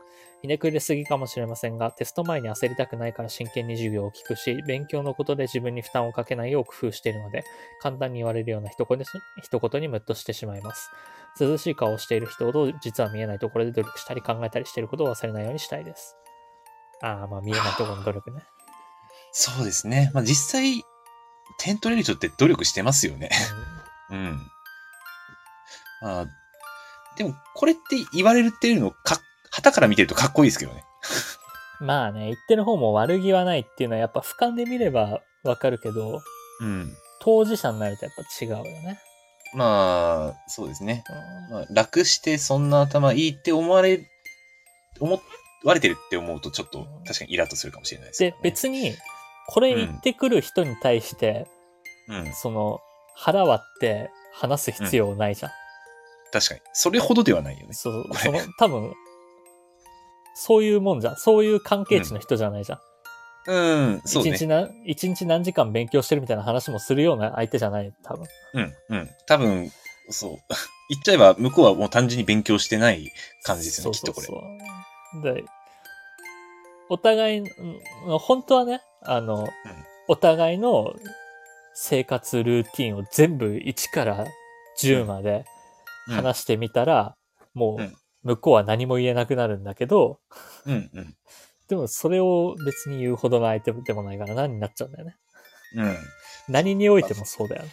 S1: ひねくれすぎかもしれませんが、テスト前に焦りたくないから真剣に授業を聞くし、勉強のことで自分に負担をかけないよう工夫しているので、簡単に言われるような一言です一言にムッとしてしまいます。涼しい顔をしている人ほど、実は見えないところで努力したり考えたりしていることを忘れないようにしたいです。ああ、まあ見えないところの努力ね。
S2: そうですね。まあ、実際、点取れる人って努力してますよね。
S1: うん
S2: うん。あーでも、これって言われるっていうのか、旗から見てるとかっこいいですけどね。
S1: まあね、言ってる方も悪気はないっていうのはやっぱ俯瞰で見ればわかるけど、
S2: うん。
S1: 当事者になるとやっぱ違うよね。
S2: まあ、そうですね。
S1: うん
S2: まあ、楽してそんな頭いいって思われ、思われてるって思うとちょっと確かにイラッとするかもしれないです、ね
S1: で。、別に、これ言ってくる人に対して、
S2: うん。
S1: その、腹割って話す必要ないじゃん。
S2: 確かに。それほどではないよね。
S1: そう
S2: こ、れ
S1: その、多分、そういうもんじゃん。そういう関係値の人じゃないじゃん。
S2: うん、そう
S1: 一、
S2: ね
S1: 日。な、一日何時間勉強してるみたいな話もするような相手じゃない、多分。
S2: うん、うん。多分、そう。 (laughs) 言っちゃえば向こうはもう単純に勉強してない感じですよね、きっとこれ。
S1: うで、お互いの、本当はね、あの、お互いの生活ルーティンを全部1から10まで
S2: うん
S1: 話してみたら、も
S2: うん
S1: う向こうは何も言えなくなるんだけど、
S2: うんうん。
S1: でもそれを別に言うほどの相手でもないから何になっちゃうんだよね。
S2: うん。
S1: 何においてもそうだよね。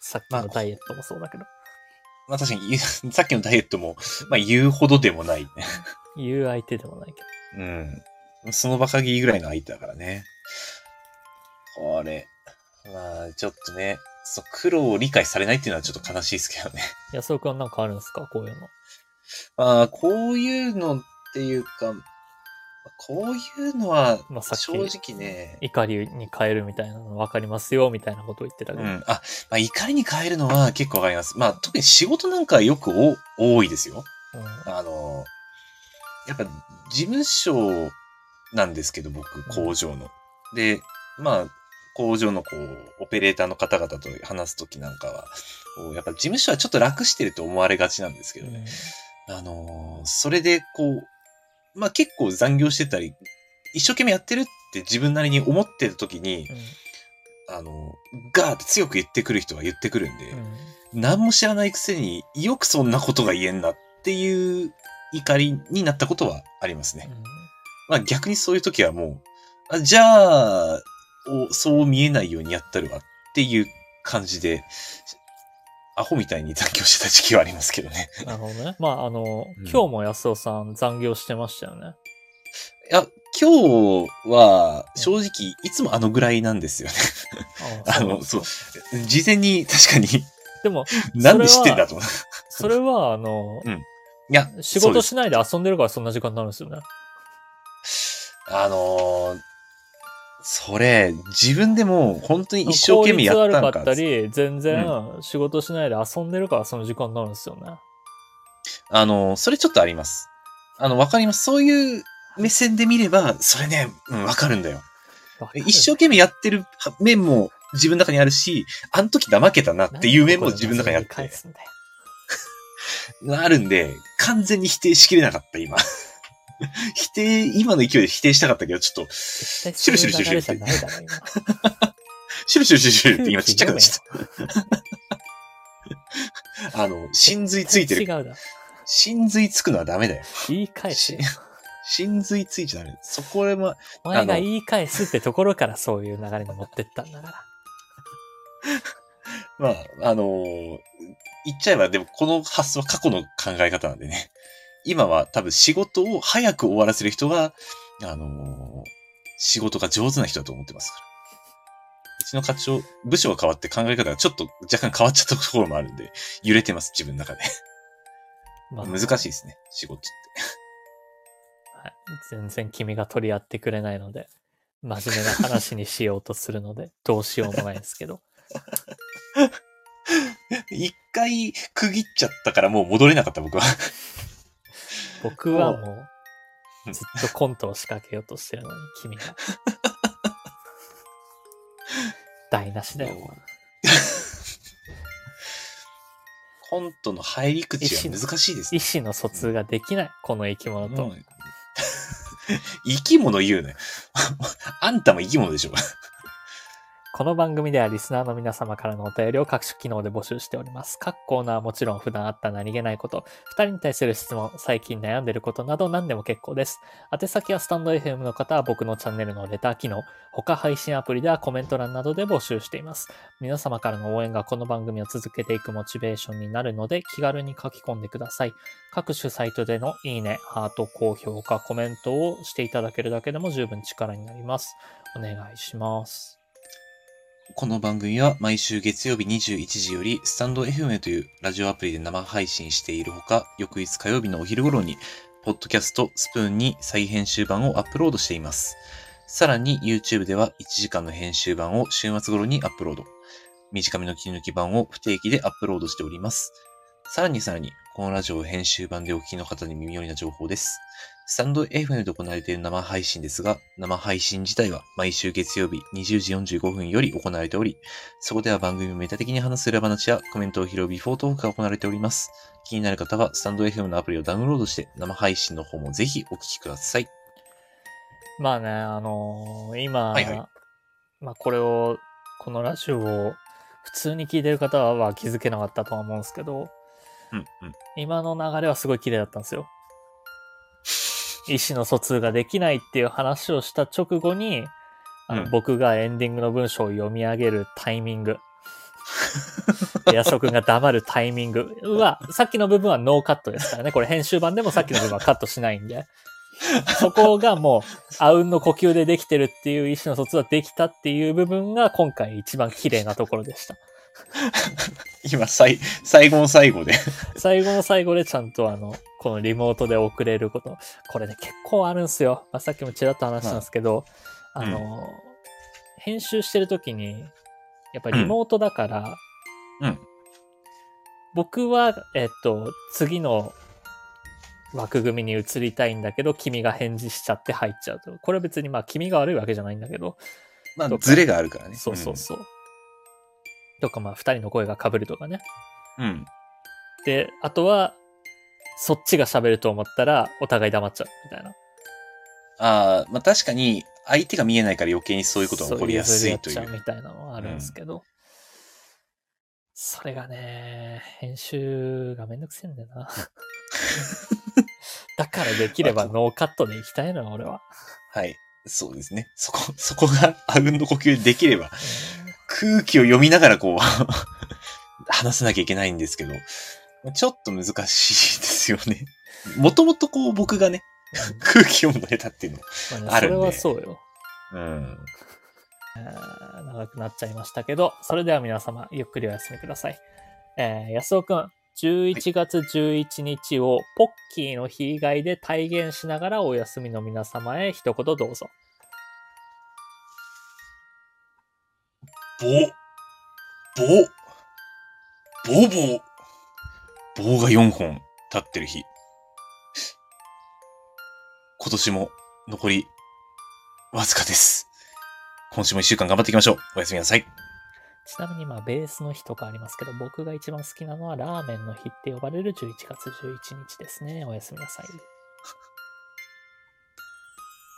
S1: さっきのダイエットもそうだけど。
S2: まあ確かに言う、 (laughs) さっきのダイエットも、まあ言うほどでもないね。
S1: 言う相手でもないけど。
S2: うん。その場限りぐらいの相手だからね。これ、まあちょっとね、そう苦労を理解されないっていうのはちょっと悲しいですけどね。 (laughs)
S1: 安尾くんはなんかあるんですかこういうの。
S2: まあこういうのっていうか、こういうのは
S1: まあさっき
S2: 正直ね、
S1: 怒りに変えるみたいなの分かりますよ、みたいなことを言ってたけ
S2: う
S1: ど。
S2: ん。あ、まあ、怒りに変えるのは結構わかります。まあ、特に仕事なんかはよくお多いですよ。
S1: うん
S2: あの、やっぱ事務所なんですけど、僕、工場の。で、まあ、工場のこう、オペレーターの方々と話すときなんかは、こうやっぱ事務所はちょっと楽してると思われがちなんですけどね。あのーそれでこう、まあ結構残業してたり、一生懸命やってるって自分なりに思ってるときに、あの、ガーって強く言ってくる人は言ってくるんで、
S1: うんうん
S2: 何も知らないくせによくそんなことが言えんなっていう怒りになったことはありますね。まあ逆にそういう時はもう、あじゃあおそう見えないようにやったるわっていう感じで、アホみたいに残業してた時期はありますけどね。
S1: うんなるほどね。まあ、あの、
S2: うん
S1: 今日も安尾さん残業してましたよね。
S2: (laughs) いや、今日は正直いつもあのぐらいなんですよね。
S1: あ
S2: あ
S1: そうなん
S2: の、
S1: です
S2: そう。事前に確かに、
S1: でも、
S2: なんで知ってんだと思う。
S1: それは、あの、
S2: いや、
S1: 仕
S2: そうで
S1: 事
S2: す
S1: しないで遊んでるからそんな時間になるんですよね。
S2: あのーそれ、自分でも本当に一生懸命やったの
S1: 効率悪か
S2: か。
S1: ったり、全然仕事しないで遊んでるからその時間になるんですよね。
S2: あのーそれちょっとあります。あの、わかります。そういう目線で見れば、それね、うん、わかるんだよ。
S1: わかる
S2: 一生懸命やってる面も自分の中にあるし、あの時怠けたなっていう面も自分の中にあっ
S1: なんで
S2: て
S1: こ、こで謎に返すんだよ
S2: あるんで、完全に否定しきれなかった、今。否定、今の勢いで否定したかったけど、ちょっと、
S1: 絶対
S2: シュルシュルシュル
S1: そういう流れじゃないだろ、今。
S2: シュルシュルシュル (laughs) シュルって今ちっちゃくなっち
S1: 空気読
S2: ゃった。あの、真髄ついて
S1: め (laughs)
S2: る。
S1: よ違うだろ。
S2: 真髄つくのはダメだよ。
S1: 言い返
S2: (laughs)
S1: すよ。
S2: 真髄ついちゃダメ。そこでも、
S1: お前が言い返すってところからそういう流れに持ってったんだから。
S2: まあ、あのー言っちゃえば、でもこの発想は過去の考え方なんでね。今は多分仕事を早く終わらせる人が、あのー仕事が上手な人だと思ってますから。うちの課長、部署が変わって考え方がちょっと若干変わっちゃったところもあるんで、揺れてます、自分の中で。
S1: まあ
S2: 難しいですね、仕事って。
S1: はい全然君が取り合ってくれないので、真面目な話にしようとするの (laughs) で、どうしようもないですけど。
S2: 一回区切っちゃったからもう戻れなかった、僕は。
S1: 僕はも
S2: う
S1: うんずっとコントを仕掛けようとしてるのに君 (laughs) が台無しだよ
S2: もう (laughs) コントの入り口は難しいです
S1: 意
S2: ね。
S1: 思の疎通ができないこの生き物と、
S2: もう (laughs) 生き物言うね。 (laughs) あんたも生き物でしょ。
S1: この番組ではリスナーの皆様からのお便りを各種機能で募集しております各コーナーはもちろん普段あった何気ないこと2人に対する質問最近悩んでることなど何でも結構です宛先はスタンド FM の方は僕のチャンネルのレター機能他配信アプリではコメント欄などで募集しています皆様からの応援がこの番組を続けていくモチベーションになるので気軽に書き込んでください。各種サイトでのいいね、ハート、高評価、コメントをしていただけるだけでも十分力になります。お願いします。
S2: この番組は毎週月曜日21時よりスタンド FM というラジオアプリで生配信しているほか、翌日火曜日のお昼頃に、ポッドキャストスプーンに再編集版をアップロードしています。さらに YouTube では1時間の編集版を週末頃にアップロード。短めの切り抜き版を不定期でアップロードしております。さらにさらに、このラジオを編集版でお聞きの方に耳寄りな情報です。スタンド FM で行われている生配信ですが、生配信自体は毎週月曜日20時45分より行われており、そこでは番組をメタ的に話す裏話やコメントを拾うビフォートークが行われております。気になる方はスタンド FM のアプリをダウンロードして生配信の方もぜひお聞きください。
S1: まあね、あのー今、
S2: はいはい
S1: まあこれを、このラジオを普通に聞いてる方は気づけなかったとは思うんですけど、
S2: うんうん。
S1: 今の流れはすごい綺麗だったんですよ。意思の疎通ができないっていう話をした直後に、あの
S2: うん
S1: 僕がエンディングの文章を読み上げるタイミング。安尾くんが黙るタイミング
S2: (laughs)
S1: は、さっきの部分はノーカットですからね。これ編集版でもさっきの部分はカットしないんで。そこがもう、あうんの呼吸でできてるっていう意思の疎通はできたっていう部分が今回一番綺麗なところでした。
S2: 今、最、最後の最
S1: (laughs)
S2: 後で。
S1: 最後の最後でちゃんとあの、このリモートで送れること。これね、結構あるんすよ。まあ、さっきもちらっと話したんですけど、
S2: い
S1: あの、編集してる時に、やっぱりリモートだから、
S2: うん
S1: 僕は、えっと、次の枠組みに移りたいんだけど、君が返事しちゃって入っちゃうと。これは別にまあ、君が悪いわけじゃないんだけど、
S2: まあ
S1: と、か
S2: ズレがあるからね。
S1: そうそうそう。とかまあ、二人の声が被るとかね。
S2: うん。うん。
S1: で、あとは、そっちが喋ると思ったら、お互い黙っちゃうみたいな。
S2: ああ、まあ確かに、相手が見えないから余計にそういうことが起こりやすいとい
S1: そ譲り合っちゃ
S2: う。
S1: みたいなのはあるんですけど、それがね、編集がめんどくせえんだよ
S2: (laughs)
S1: な。だからできればノーカットでいきたいのよ、俺は。
S2: はい。そうですね。そこ、 (laughs) そこが、あぐんの呼吸できれば、空気を読みながらこう、 (laughs) 話さなきゃいけないんですけど、ちょっと難しいですよね。もともとこう、僕がね、
S1: うん
S2: 空気読むの下手っていうの。
S1: うんまあねそ
S2: ある
S1: れ
S2: ね
S1: はそうよ。
S2: うん。
S1: あー長くなっちゃいましたけど、それでは皆様、ゆっくりお休みください。えー、安尾くん、11月11日をポッキーの日以外で体現しながらお休みの皆様へ一言どうぞ。
S2: 棒棒棒棒棒が4本立ってる日。今年も残りわずかです。今週も1週間頑張っていきましょう。おやすみなさい。
S1: ちなみに、まあ、ベースの日とかありますけど、僕が一番好きなのはラーメンの日って呼ばれる11月11日ですね。おやすみなさい。